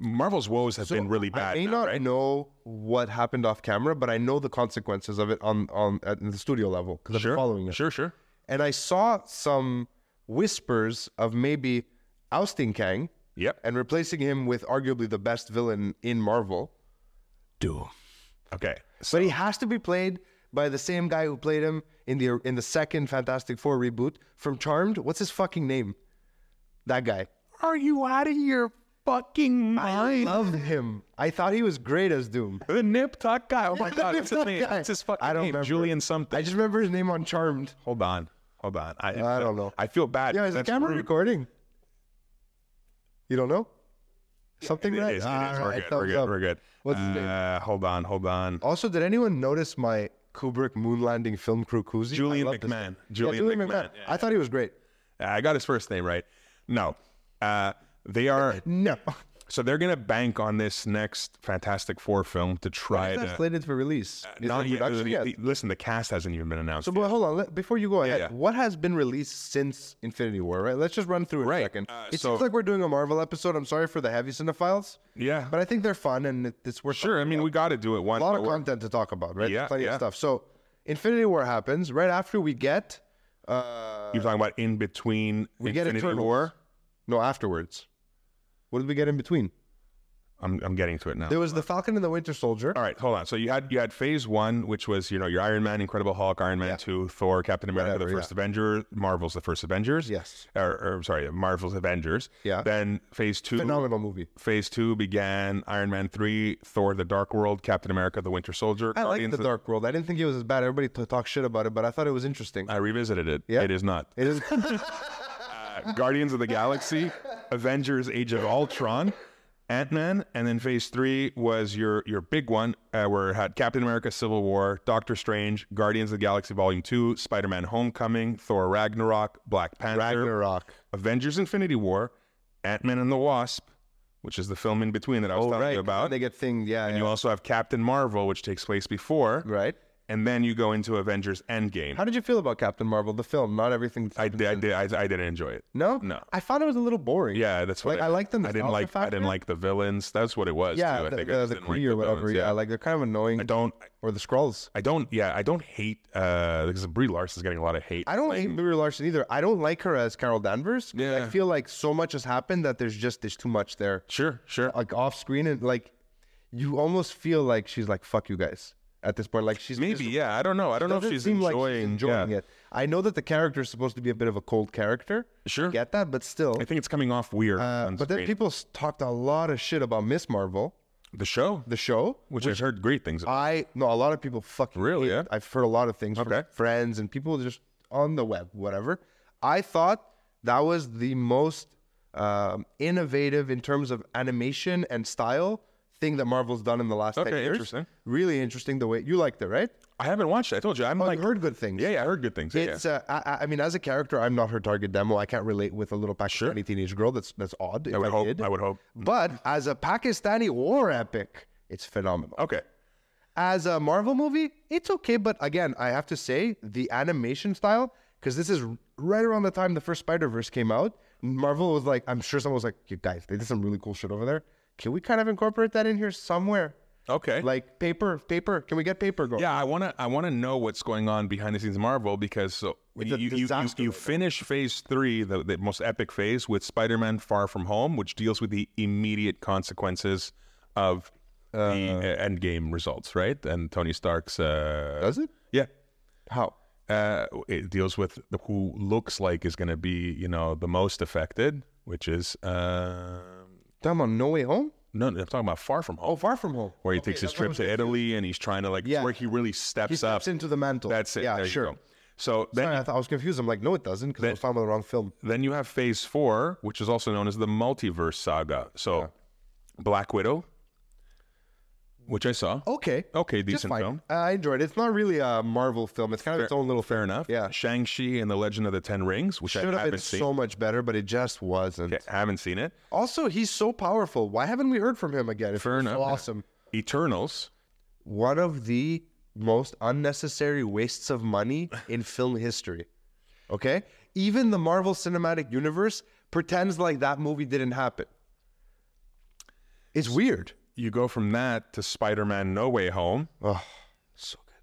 Marvel's woes have been really I bad. may now, not right? know what happened off camera, but I know the consequences of it on on at the studio level because Sure, I'm following it. sure, sure. And I saw some whispers of maybe ousting Kang Yep. and replacing him with arguably the best villain in Marvel. Doom. Okay. So But he has to be played by the same guy who played him in the in the second Fantastic Four reboot from Charmed. What's his fucking name? That guy. are you out of your fucking mind? Love him. I thought he was great as Doom. The Nip Tuck guy. Oh my god, what's his Nip Tuck name? guy. What's his fucking I don't name? remember. Julian something. I just remember his name on Charmed. hold on, hold on. I, I don't know. I feel bad. Yeah, is the That's camera rude. recording? You don't know? Something It right? is, it All is. We're right, good. We're thumbs good. up. We're good. What's his name? Oh. uh, Hold on, hold on. Also, did anyone notice my Kubrick moon landing film crew koozie? I Julian love this. McMahon. Yeah, Julian, Julian McMahon. McMahon. I thought he was great. I got his first name right. No, uh, they are. No. *laughs* So they're gonna bank on this next Fantastic Four film to try That's to. slated for release. Is uh, not it yet. Uh, production yet? Listen, the cast hasn't even been announced. So, but hold on. Let, before you go ahead, yeah. what has been released since Infinity War? Right. Let's just run through it Right. a second. Uh, it so- seems like we're doing a Marvel episode. I'm sorry for the heavy cinephiles, yeah, but I think they're fun and it, it's worth sure. I mean, we got to do it a one. uh, lot of content to talk about. Right. Yeah, Plenty yeah. of stuff. So, Infinity War happens right after we get. Uh, You're talking about in between we get Infinity Eternals. War. no, afterwards. What did we get in between? I'm, I'm getting to it now. There was the Falcon and the Winter Soldier. All right, hold on. So you had you had Phase One, which was you know your Iron Man, Incredible Hulk, Iron Man Two, Thor, Captain America, Whatever, yeah. the First Avenger, Marvel's the First Avengers. Yes. Or, or sorry, Marvel's Avengers. Yeah. Then Phase Two. Phenomenal movie. Phase Two began Iron Man Three, Thor, The Dark World, Captain America, The Winter Soldier. I like Guardians the of- Dark World. I didn't think it was as bad. Everybody t- talked shit about it, but I thought it was interesting. I revisited it. Yeah. It is not. It *laughs* is. Uh, Guardians of the Galaxy, *laughs* Avengers: Age of Ultron, Ant Man, and then Phase Three was your your big one, uh, where it had Captain America: Civil War, Doctor Strange, Guardians of the Galaxy Volume Two, Spider Man: Homecoming, Thor: Ragnarok, Black Panther, Ragnarok. Avengers: Infinity War, Ant Man and the Wasp, which is the film in between that I was telling you about. They get things, Oh, yeah, And you also have Captain Marvel, which takes place before, right. and then you go into Avengers Endgame. How did you feel about Captain Marvel, the film? Not everything. that's I happened did, I since. did, I, I didn't enjoy it. No, No. I found it was a little boring. Yeah, that's what Like, I like the I didn't nostalgia like. I didn't factor. like the villains. That's what it was. yeah, too. I the, think I the, just the didn't like Kree or whatever. villains, yeah. like they're kind of annoying. I don't. or the Skrulls. I don't. Yeah, I don't hate uh because Brie Larson's getting a lot of hate. I don't hate Brie Larson either. I don't like her as Carol Danvers. 'cause I Yeah. feel like so much has happened that there's just there's too much there, Sure, sure. like off screen and like you almost feel like she's like fuck you guys at this point. Like she's Maybe. just- yeah, I don't know. I don't know if doesn't she's seem enjoying, like she's enjoying yeah. it. I know that the character is supposed to be a bit of a cold character. Sure. get that, but still. I think it's coming off weird. Uh, on but then screen. people s- talked a lot of shit about Miss Marvel, the show, the show, which, I've heard great things. about. I no, a lot of people fucking Really, hate- yeah? I've heard a lot of things from Okay. friends and people just on the web, whatever. I thought that was the most um, innovative in terms of animation and style thing that Marvel's done in the last ten Okay, years. interesting. Really interesting. The way you liked it, right? I haven't watched it. I told you. I'm I've like, Oh, heard good things. yeah, yeah, I heard good things. Yeah, yeah. It's. Uh, I, I- I mean, as a character, I'm not her target demo. I can't relate with a little Pakistani teenage girl. That's that's odd. If I I, would hope. did. I would hope. But as a Pakistani war epic, it's phenomenal. Okay. As a Marvel movie, it's okay, but again, I have to say the animation style, because this is right around the time the first Spider Verse came out. Marvel was like, I'm sure someone was like, you guys, they did some really cool shit over there. Can we kind of incorporate that in here somewhere? Okay. Like paper, paper. Can we get paper going? Yeah, I want to. I want to know what's going on behind the scenes of Marvel because so a you, you, you, disaster you right now. finish Phase Three, the, the most epic phase, with Spider-Man: Far From Home, which deals with the immediate consequences of the uh, Endgame results, right? And Tony Stark's. Uh, Does it? yeah. How? Uh, it deals with the, who looks like is going to be, you know, the most affected, which is uh, Talking about No Way Home? no. I'm talking about Far From Home, Oh, Far From Home. where he takes his trip to Italy and he's trying to like Yeah. where he really steps He up. steps into the mantle. That's it. Yeah, There you sure. go. So then, Sorry, I, thought, I was confused. I'm like, no, it doesn't, because I was talking about the wrong film. then you have Phase Four, which is also known as the Multiverse Saga. So, Black Widow, which I saw. Okay. Okay, Oh, Oh, Just decent fine. film. I enjoyed it. It's not really a Marvel film. It's kind of its own little Fair enough. Yeah. Shang Chi and the Legend of the Ten Rings, which I should have haven't been seen. so much better, but it just wasn't. I haven't seen it. Also, he's so powerful. Why haven't we heard from him again? If Fair he's enough, So yeah. awesome. Eternals. One of the most unnecessary wastes of money in film history. Okay? Even the Marvel Cinematic Universe pretends like that movie didn't happen. It's weird. You go from that to Spider-Man: No Way Home. Oh, so good.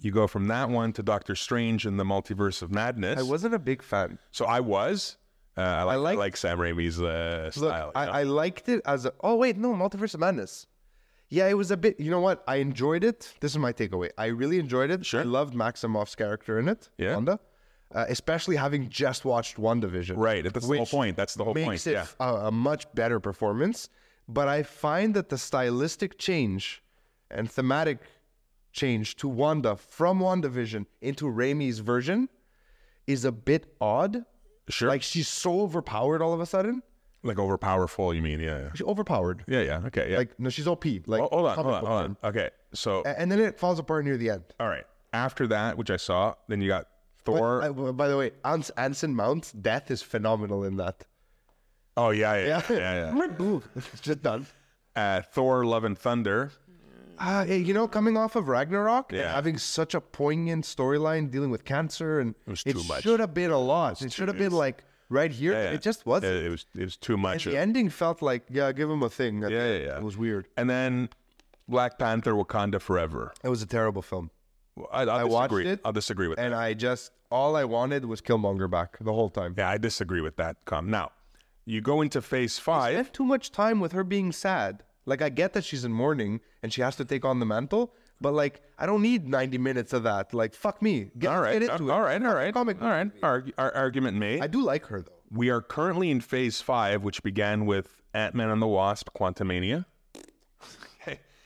You go from that one to Doctor Strange and the Multiverse of Madness. I wasn't a big fan. So I was. Uh, I like, I liked- like Sam Raimi's uh, Look, style. you I, know? I liked it as a. Oh wait, no, Multiverse of Madness. Yeah, it was a bit. You know what? I enjoyed it. This is my takeaway. I really enjoyed it. I Sure. loved Maximov's character in it. Yeah. Wanda, uh, especially having just watched WandaVision. Right. That's the whole which point. That's the whole makes point. it Yeah. a, a much better performance. But I find that the stylistic change and thematic change to Wanda from WandaVision into Raimi's version is a bit odd. Sure. Like she's so overpowered all of a sudden. Like overpowerful, you mean? Yeah. She's overpowered. Yeah, yeah. Okay. Yeah. Like no, she's OP. Like Oh, hold on, comic hold on, book hold term. on. Okay. So, A- And then it falls apart near the end. all right. After that, which I saw, then you got Thor. I- well, by the way, Ans- Anson Mount's death is phenomenal in that. oh yeah, yeah, yeah. yeah, Boom. it's *laughs* just done. Uh, Thor: Love and Thunder. Uh, eh, you know, coming off of Ragnarok and Yeah. having such a poignant storyline dealing with cancer, and it, was too much. should have been a lot. It should have been like right here. Yeah, yeah. It just wasn't. It, it was it was too much. The ending felt like yeah, give him a thing. Yeah, yeah, yeah. It was weird. And then Black Panther: Wakanda Forever. It was a terrible film, Well, I, I'll watched disagree. it, I'll disagree with that. and I just all I wanted was Killmonger back the whole time. Yeah, I disagree with that. Come now, you go into Phase I Five. spent too much time with her being sad. Like I get that she's in mourning and she has to take on the mantle, but like I don't need 90 minutes of that. Like fuck me. Get, All right. get uh, into it. all right. All right. comic All right. Argu- ar- argument made. I do like her though. We are currently in phase five, which began with Ant Man and the Wasp, Quantumania.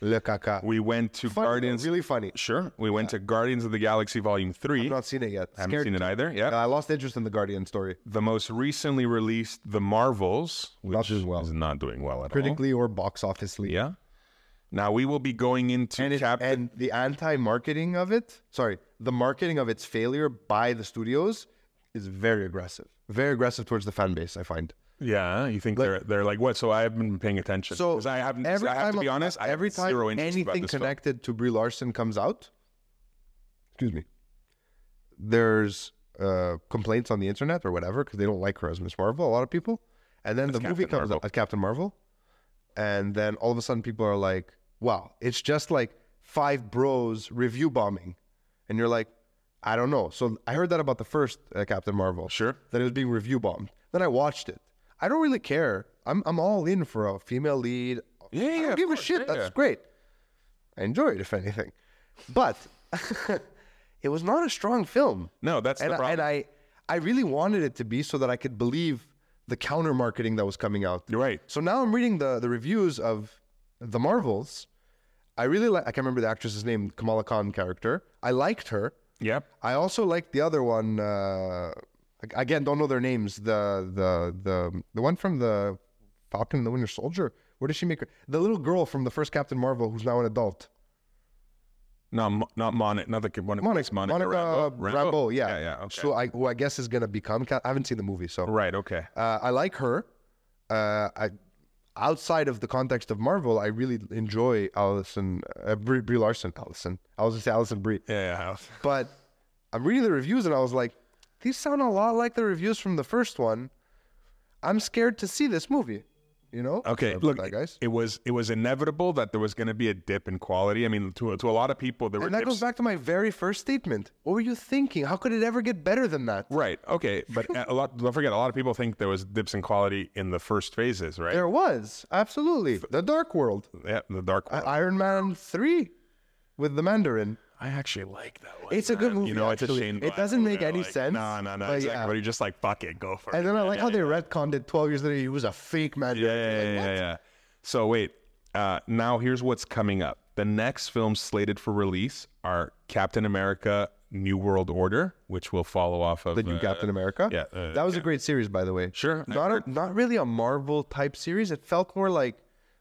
Le caca. We went to Funny, Guardians. Really funny. Sure. We went to Guardians of the Galaxy Volume 3. Not seen it yet. I haven't Scared- seen it either. Yeah. I lost interest in the Guardian story, the most recently released, The Marvels, which Not doing well. is not doing well at critically or box officely. all. Yeah. Now we will be going into And, it, chapter. and the anti-marketing of it, sorry, the marketing of its failure by the studios is very aggressive. Very aggressive towards the fan base, I find. yeah, you think they're they're like what? So I haven't been paying attention. So 'Cause I haven't. Every I have time to be honest. I have every time zero interest about anything this film. connected to Brie Larson comes out, excuse me, there's uh, complaints on the internet or whatever because they don't like her as Miss Marvel. A lot of people, and then the movie Captain comes Marvel. out as Captain Marvel, and then all of a sudden people are like, "Wow, it's just like five bros review bombing," and you're like, "I don't know." So I heard that about the first uh, Captain Marvel Sure. that it was being review bombed. Then I watched it. I don't really care. I'm I'm all in for a female lead. Yeah, I yeah, don't of give course, a shit. yeah, That's yeah. great. I enjoy it if anything, but *laughs* it was not a strong film. No, that's and the I, problem. and I I really wanted it to be so that I could believe the counter marketing that was coming out. You're right. So now I'm reading the the reviews of the Marvels. I really like. I can't remember the actress's name, Kamala Khan character. I liked her. Yeah. I also like the other one. Uh, ag- again, don't know their names. The the the the one from the Falcon and the Winter Soldier. Where does she make her? The little girl from the first Captain Marvel, who's now an adult. No, Mo- not Monica. Not the kid- Monica. Monica, Monica. Monica Rambo. uh, Rambo? Rambeau, yeah, Yeah. Yeah. Okay. So I, who I guess is gonna become. Cap- I haven't seen the movie, so right. Okay. uh, I like her. Uh, I, outside of the context of Marvel, I really enjoy Allison uh, Brie, Brie Larson. Allison, I was gonna say Allison Brie. Yeah. but I'm reading the reviews and I was like, these sound a lot like the reviews from the first one. I'm scared to see this movie. You know? Okay, So, look, bye, guys. It was it was inevitable that there was going to be a dip in quality. I mean, to to a lot of people, there were And that dips. goes back to my very first statement. What were you thinking? How could it ever get better than that? right. Okay, but a lot. Don't forget, a lot of people think there was dips in quality in the first phases, right? There was absolutely the Dark World, yeah, the dark. I- World. Iron Man three, with the Mandarin. I actually like that one. It's a good man. movie, You know, actually. it's a shame. It doesn't make any sense, No, no, no. but Exactly. yeah. But you're just like, fuck it, go for it. And then I like how they retconned it twelve years later. He was a fake Mandarin. Yeah, yeah, yeah, yeah, yeah. So wait, uh, now here's what's coming up. The next films slated for release are Captain America: New World Order, which will follow off of The new uh, Captain America. yeah, uh, that was a great series, by the way. Sure, I not a, not really a Marvel type series. It felt more like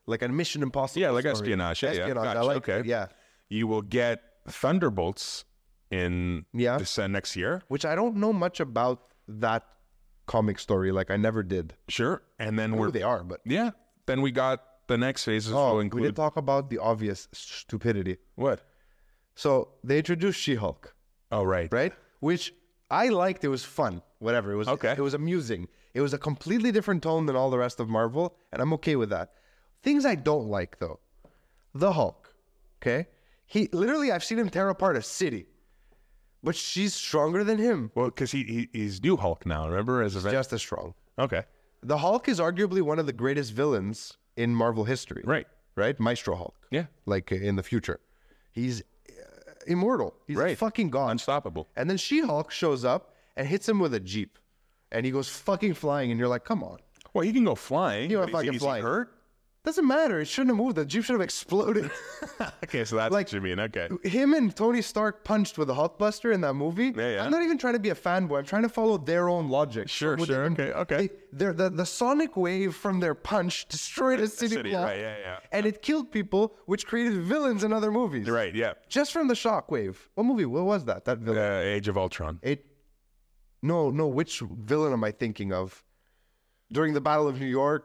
like a Mission Impossible. Yeah, like story. espionage. Yeah, yeah. espionage. I Gotcha. like Okay. it. Yeah, You will get Thunderbolts in Yeah. this uh, next year. which I don't know much about that comic story. Like I never did. Sure, and I then know we're Who they are, but yeah. Then we got the next phases oh, will we did include talk about the obvious stupidity. what? So they introduced She-Hulk, Oh right, right? Which I liked. It was fun. Whatever. It was Okay. It was amusing. It was a completely different tone than all the rest of Marvel, and I'm okay with that. Things I don't like though, the Hulk. Okay, he literally I've seen him tear apart a city, but she's stronger than him, Well, because he, he he's new Hulk now. Remember as a vet- just as strong. okay, The Hulk is arguably one of the greatest villains in Marvel history. right? Right, Maestro Hulk. Yeah, Like uh, in the future, he's uh, immortal. He's a Right. fucking god. unstoppable. And then She Hulk shows up and hits him with a Jeep. And he goes fucking flying. And you're like, come on. Well, he can go flying. He went but fucking is, flying. Is he hurt? *laughs* Doesn't matter. It shouldn't have moved. The Jeep should have exploded. Okay, so that's Like- what you mean. Okay. him and Tony Stark punched with a Hulkbuster in that movie. Yeah, yeah. I'm not even trying to be a fanboy. I'm trying to follow their own logic. Sure, With sure. them- Okay, okay. They, their, the, the sonic wave from their punch destroyed a city, city, block, right, yeah, yeah. and it killed people, which created villains in other movies. Right, yeah. Just from the shock wave. What movie? What was that? That villain? Uh, Age of Ultron. It. No, no. Which villain am I thinking of? During the Battle of New York,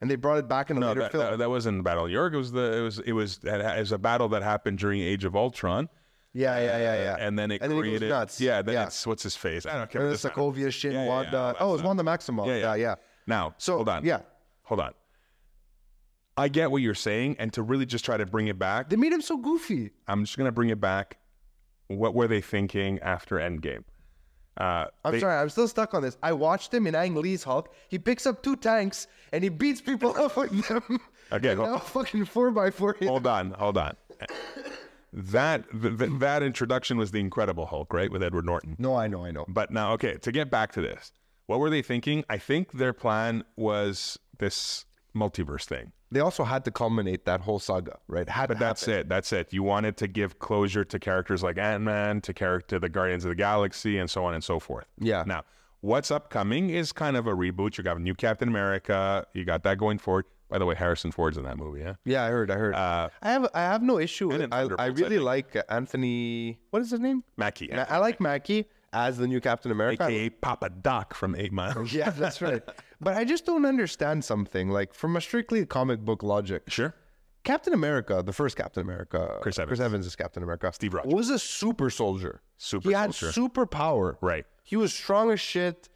and they brought it back in a No, later that, film. that, that wasn't the Battle of York. It was the it was it was it was a battle that happened during Age of Ultron, yeah, yeah, yeah, yeah. and then it And then it goes created nuts. yeah. Then Yeah. it's what's his face. I don't care. And the That's not- Sokovia shit, Yeah, yeah, yeah, Wanda. all that oh, it's Wanda Maximoff. Yeah, Yeah, yeah. yeah. now, So hold on. Yeah, hold on. I get what you're saying, and to really just try to bring it back, they made him so goofy. I'm just gonna bring it back. What were they thinking after Endgame? Uh, I'm they- sorry, I'm still stuck on this. I watched him in Ang Lee's Hulk. He picks up two tanks and he beats people *laughs* up with them. Okay, And go- *laughs* now fucking four by four. hold on, hold on. That th- th- that introduction was the Incredible Hulk, right, with Edward Norton. No, I know, I know. But now, okay, to get back to this, what were they thinking? I think their plan was this multiverse thing. They also had to culminate that whole saga, right? Had But to that's it. That's it. You wanted to give closure to characters like Ant Man, to character the Guardians of the Galaxy, and so on and so forth. Yeah. Now, what's upcoming is kind of a reboot. You got a new Captain America. You got that going forward. By the way, Harrison Ford's in that movie. Yeah. Yeah, I heard. I heard. Uh, I have. I have no issue with And it. in I, Thunderbolts, I I really like uh, Anthony. What is his name? Mackie, I I like Mackie as the new Captain America. aka Papa Doc from Eight Mile. *laughs* Oh, Yeah, that's right. but I just don't understand something. Like from a strictly comic book logic, Sure. Captain America, the first Captain America, Chris Evans. Chris Evans is Captain America. Steve Rogers. was a super soldier. Super he had soldier. superpower. Right. He was strong as shit.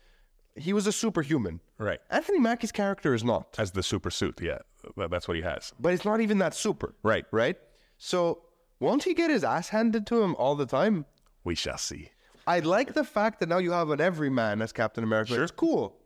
He was a superhuman. Right. Anthony Mackie's character is not, As the super suit. Yeah. Th- That's what he has. but it's not even that super, Right. right? So won't he get his ass handed to him all the time? We shall see. I like the fact that now you have an everyman as Captain America. Sure. It's cool.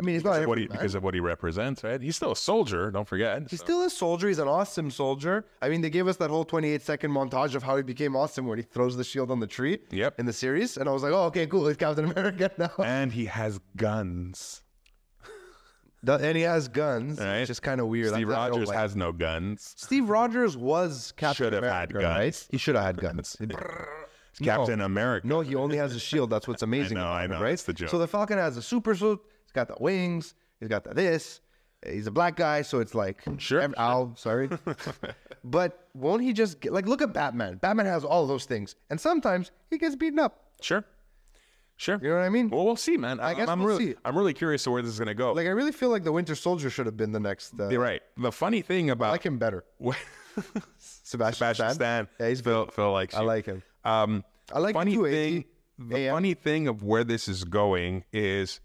I mean, he's not What he, everyman. because of what he represents, right? He's still a soldier. Don't forget. He's still a soldier. He's an awesome soldier. I mean, they gave us that whole 28 second montage of how he became awesome when he throws the shield on the tree Yep. in the series. And I was like, oh, okay, cool. He's Captain *laughs* America now. and he has guns. The- And he has guns. All right. It's just kind of weird. Steve That's- I don't Rogers like- has no guns. Steve Rogers was Captain Should have had America, right? guns. He should have had *laughs* guns. He- No. Captain America. No, he only has a shield. That's what's amazing. *laughs* I know, about I him, know. right? It's the joke. So the Falcon has a super suit. He's got the wings. He's got the this. He's a black guy, so it's like Sure, ev- ow, *laughs* sorry. but won't he just get, like look at Batman? Batman has all those things, and sometimes he gets beaten up. Sure. Sure. You know what I mean? Well, we'll see, man. I, guess am we'll really, see. I'm really curious to where this is going to go. Like I really feel like the Winter Soldier should have been the next. Uh, You're right. The funny thing I about like him better, *laughs* Sebastian, Sebastian Stan. Stan, Yeah, he's Phil, Phil likes I you. like him. Um, I like E. funny the thing. 280 The AM. funny thing of where this is going is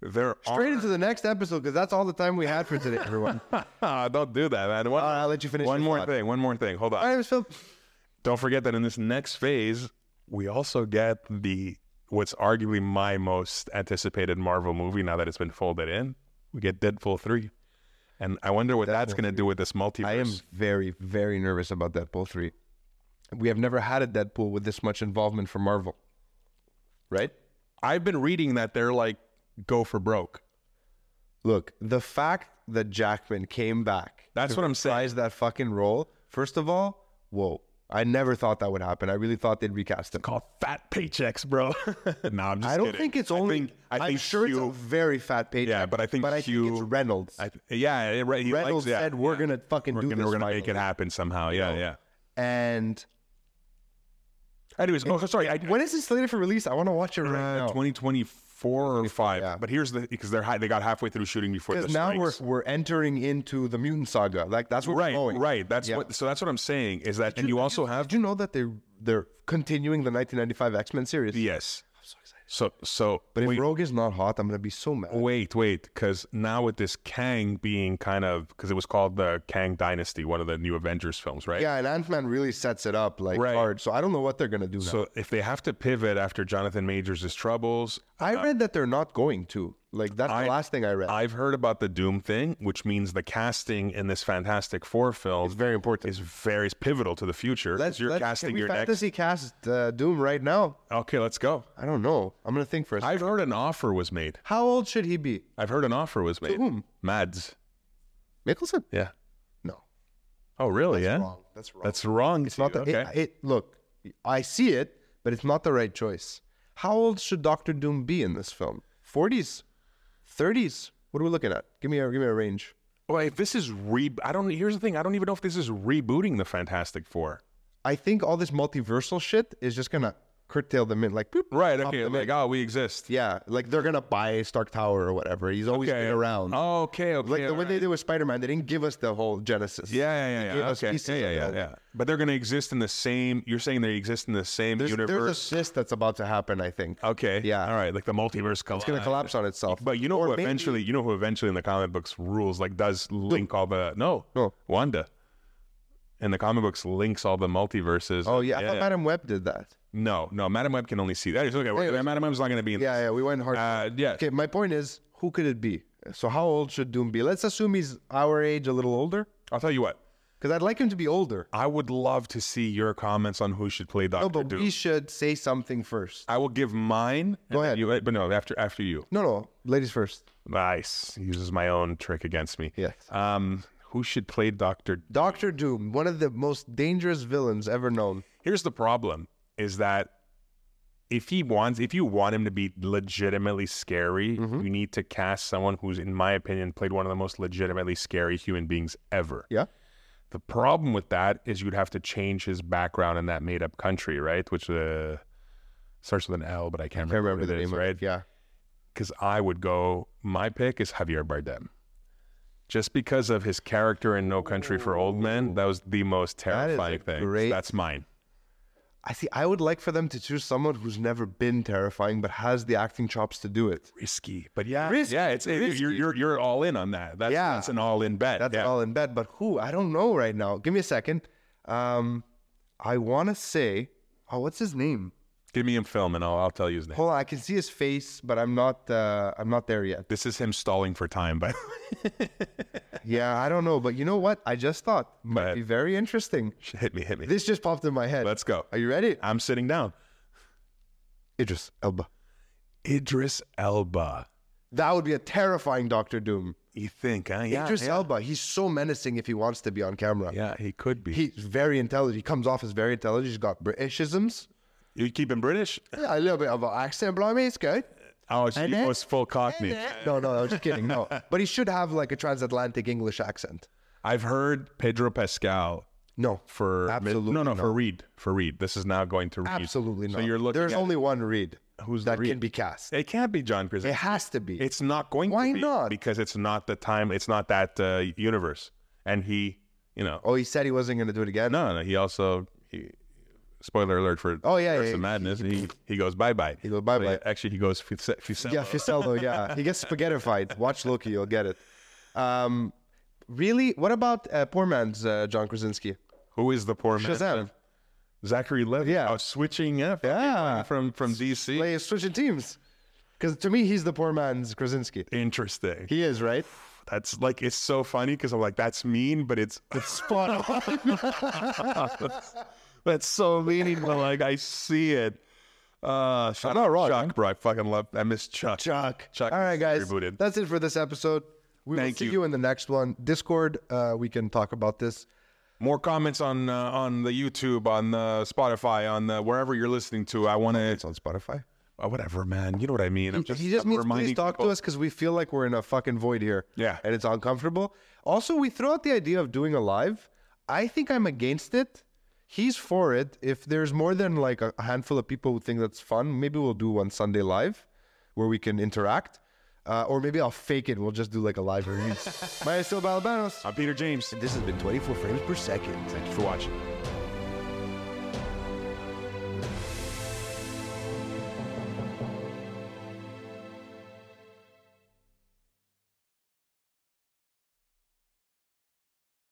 there are. Straight into the next episode because that's all the time we had for today, *laughs* everyone. all Don't do that, man. One, right, I'll let you finish. one your more thought. thing. One more thing. Hold on. All right, Phil. Don't forget that in this next phase, we also get the what's arguably my most anticipated Marvel movie now that it's been folded in. We get Deadpool 3. And I wonder what that's going to do with this multiverse. I am very, very nervous about Deadpool 3. We have never had a Deadpool with this much involvement from Marvel. Right? I've been reading that they're like go for broke. Look, the fact that Jackman came back That's what I'm saying. is that fucking role, first of all, whoa. I never thought that would happen. I really thought they'd recast him. Call fat paychecks, bro. *laughs* no, I'm just I don't kidding. think it's I only. I think- I think am sure Hugh- it's a very fat page. Yeah, but I think but I think Hugh- it's Reynolds. I th- yeah, yeah, right. He Reynolds likes, yeah, said we're yeah. gonna fucking we're do gonna, this. we're gonna make it finally." happen somehow. Yeah, yeah. And Anyways, oh, sorry. I, when is it slated for release? I want to watch it right uh, now. 2024 or five. yeah. But here's the because they're high, they got halfway through shooting before the Because now we're strikes. we're entering into the mutant saga. Like that's where right, we're going. right. That's Yeah. what. So that's what I'm saying is that, and you also have Did you know that they they're continuing the 1995 X Men series? yes. I'm so excited. So so But if wait, Rogue is not hot, I'm gonna be so mad. wait, wait, because now with this Kang being kind of because it was called the Kang Dynasty, one of the new Avengers films, right? Yeah, and Ant Man really sets it up like Right. hard. So I don't know what they're gonna do. now. So if they have to pivot after Jonathan Majors' troubles, I read that they're not going to. Like that's uh, I- the last thing I read. I've heard about the Doom thing, which means the casting in this Fantastic Four film it's very important. is very pivotal to the future. 'cause you're can casting we your next. fantasy cast uh, Doom right now. Okay, let's go. I don't know. I'm gonna think first. I've heard an offer was made. How old should he be? I've heard an offer was made. whom? Mads. Mickelson? Yeah. No. Oh, really? yeah. Wrong. That's wrong. That's wrong. It's not the, okay. it, it- look, I see it, but it's not the right choice. How old should Doctor Doom be in this film? 40s, 30s. What are we looking at? Give me a give me a range. well, if this is re, I don't. Here's the thing. I don't even know if this is rebooting the Fantastic Four. I think all this multiversal shit is just gonna curtail them in, like boop. Right. pop Okay. them in. Like, oh, we exist. yeah, like they're gonna buy Stark Tower or whatever. He's always Okay. been around. Oh, okay. Okay. like the way alright. they did with Spider Man, they didn't give us the whole Genesis. Yeah, yeah, yeah. gave yeah. us Okay. pieces Yeah, yeah, of yeah, the- yeah. But they're going to exist in the same. You're saying they exist in the same there's, universe. there's a cyst that's about to happen. I think Okay. Yeah. All right. Like the multiverse collide. it's gonna collapse on itself. Uh, But you know Or who maybe- eventually, you know who eventually in the comic books rules, like does link all the no, No. Wanda. In the comic books, links all the multiverses. Oh yeah, I thought Madam Web did that. no, no. Madam Web can only see that. It's Okay, we're- Anyways. Madam Web's not going to be in. Yeah, yeah, we went hard. Uh, yeah. Okay, my point is, who could it be? So how old should Doom be? Let's assume he's our age, a little older, I'll tell you what. because I'd like him to be older. I would love to see your comments on who should play Doctor No, but Doom. we should say something first. I will give mine. Go and ahead. You, but no, after after you. No, no, ladies first. Nice. He uses my own trick against me. Yes. Um, who should play Doctor Doctor Doom, one of the most dangerous villains ever known. Here's the problem is that if he wants if you want him to be legitimately scary, Mm-hmm. you need to cast someone who's in my opinion played one of the most legitimately scary human beings ever. Yeah. The problem with that is you'd have to change his background in that made up country, right? Which uh starts with an L, but I can't, Can't remember what the it is, name of right? it. Yeah. Cuz I would go my pick is Javier Bardem. Just because of his character in No Country for Old Men, that was the most That is a terrifying thing. great- That's mine. I see. I would like for them to choose someone who's never been terrifying but has the acting chops to do it. Risky, but yeah, Risky, yeah, it's it, you're, you're you're all in on that. That's Yeah. that's an all in bet. That's yeah. all in bed. But who? I don't know right now. Give me a second. Um, I want to say, oh, what's his name? Give me him film, and I'll I'll tell you his name. Hold on, I can see his face, but I'm not. Uh, I'm not there *laughs* yet. This is him stalling for time, but Yeah, I don't know. But you know what? I just thought might ahead. be very interesting. *laughs* hit me, hit me. This just popped in my head. Let's go. Are you ready? I'm sitting down. Idris Elba. Idris Elba. That would be a terrifying Doctor Doom. You think, huh? Yeah, Idris yeah. Elba. He's so menacing if he wants to be on camera. Yeah, he could be. He's very intelligent. He comes off as very intelligent. He's got *laughs* Britishisms. you keep *laughs* him British? Yeah, a little bit of an accent, but I mean, it's good. Oh, it's, And then- it was full Cockney. No, no, I was just *laughs* kidding. No, but he should have like a transatlantic English accent. I've heard Pedro Pascal No, for Absolutely no, no, not. for Reed, for Reed. This is now going to Reed. absolutely So not. you're looking. There's at- only one Reed Who's that Reed? can be cast. It can't be John Krasinski. It has to be. It's not going to Why be, not? Because it's not the time. It's not that uh, universe. And he, you know, oh, he said he wasn't going to do it again. no, no. He also, he, spoiler alert for Oh, yeah, Curse yeah, of he- Madness. He he goes bye bye. He goes bye-bye. Actually, he goes Fuse- Fuselo. Yeah, Ficello. Yeah, he gets *laughs* spaghettified. Watch Loki, you'll get it. Um, really? What about uh, poor man's uh, John Krasinski? Who is the poor man? Shazam. Zachary Levi. Yeah. Oh, switching up. Yeah. From from DC. Like switching teams, because to me he's the poor man's Krasinski. Interesting. He is right. That's like it's so funny because I'm like that's mean, but it's it's spot on. *laughs* that's so mean, but like I see it. Uh, shout out Chuck, bro. I fucking love. I miss Chuck. Chuck. Chuck All right, is guys. rebooted. That's it for this episode. We will Thank see you. you. in the next one. Discord, uh, we can talk about this. More comments on uh, on the YouTube, on uh, Spotify, on uh, wherever you're listening to. I want It's to on Spotify. uh, whatever, man. You know what I mean. I'm just, he just I'm means please reminding talk people- to us because we feel like we're in a fucking void here. Yeah. And it's uncomfortable. Also, we throw out the idea of doing a live. I think I'm against it. He's for it. If there's more than like a a handful of people who think that's fun, maybe we'll do one Sunday live where we can interact. Uh, or maybe I'll fake it. We'll just do like a live *laughs* review. Maestro Balabanos. I'm Peter James. This has been 24 frames per second. Thank you for watching.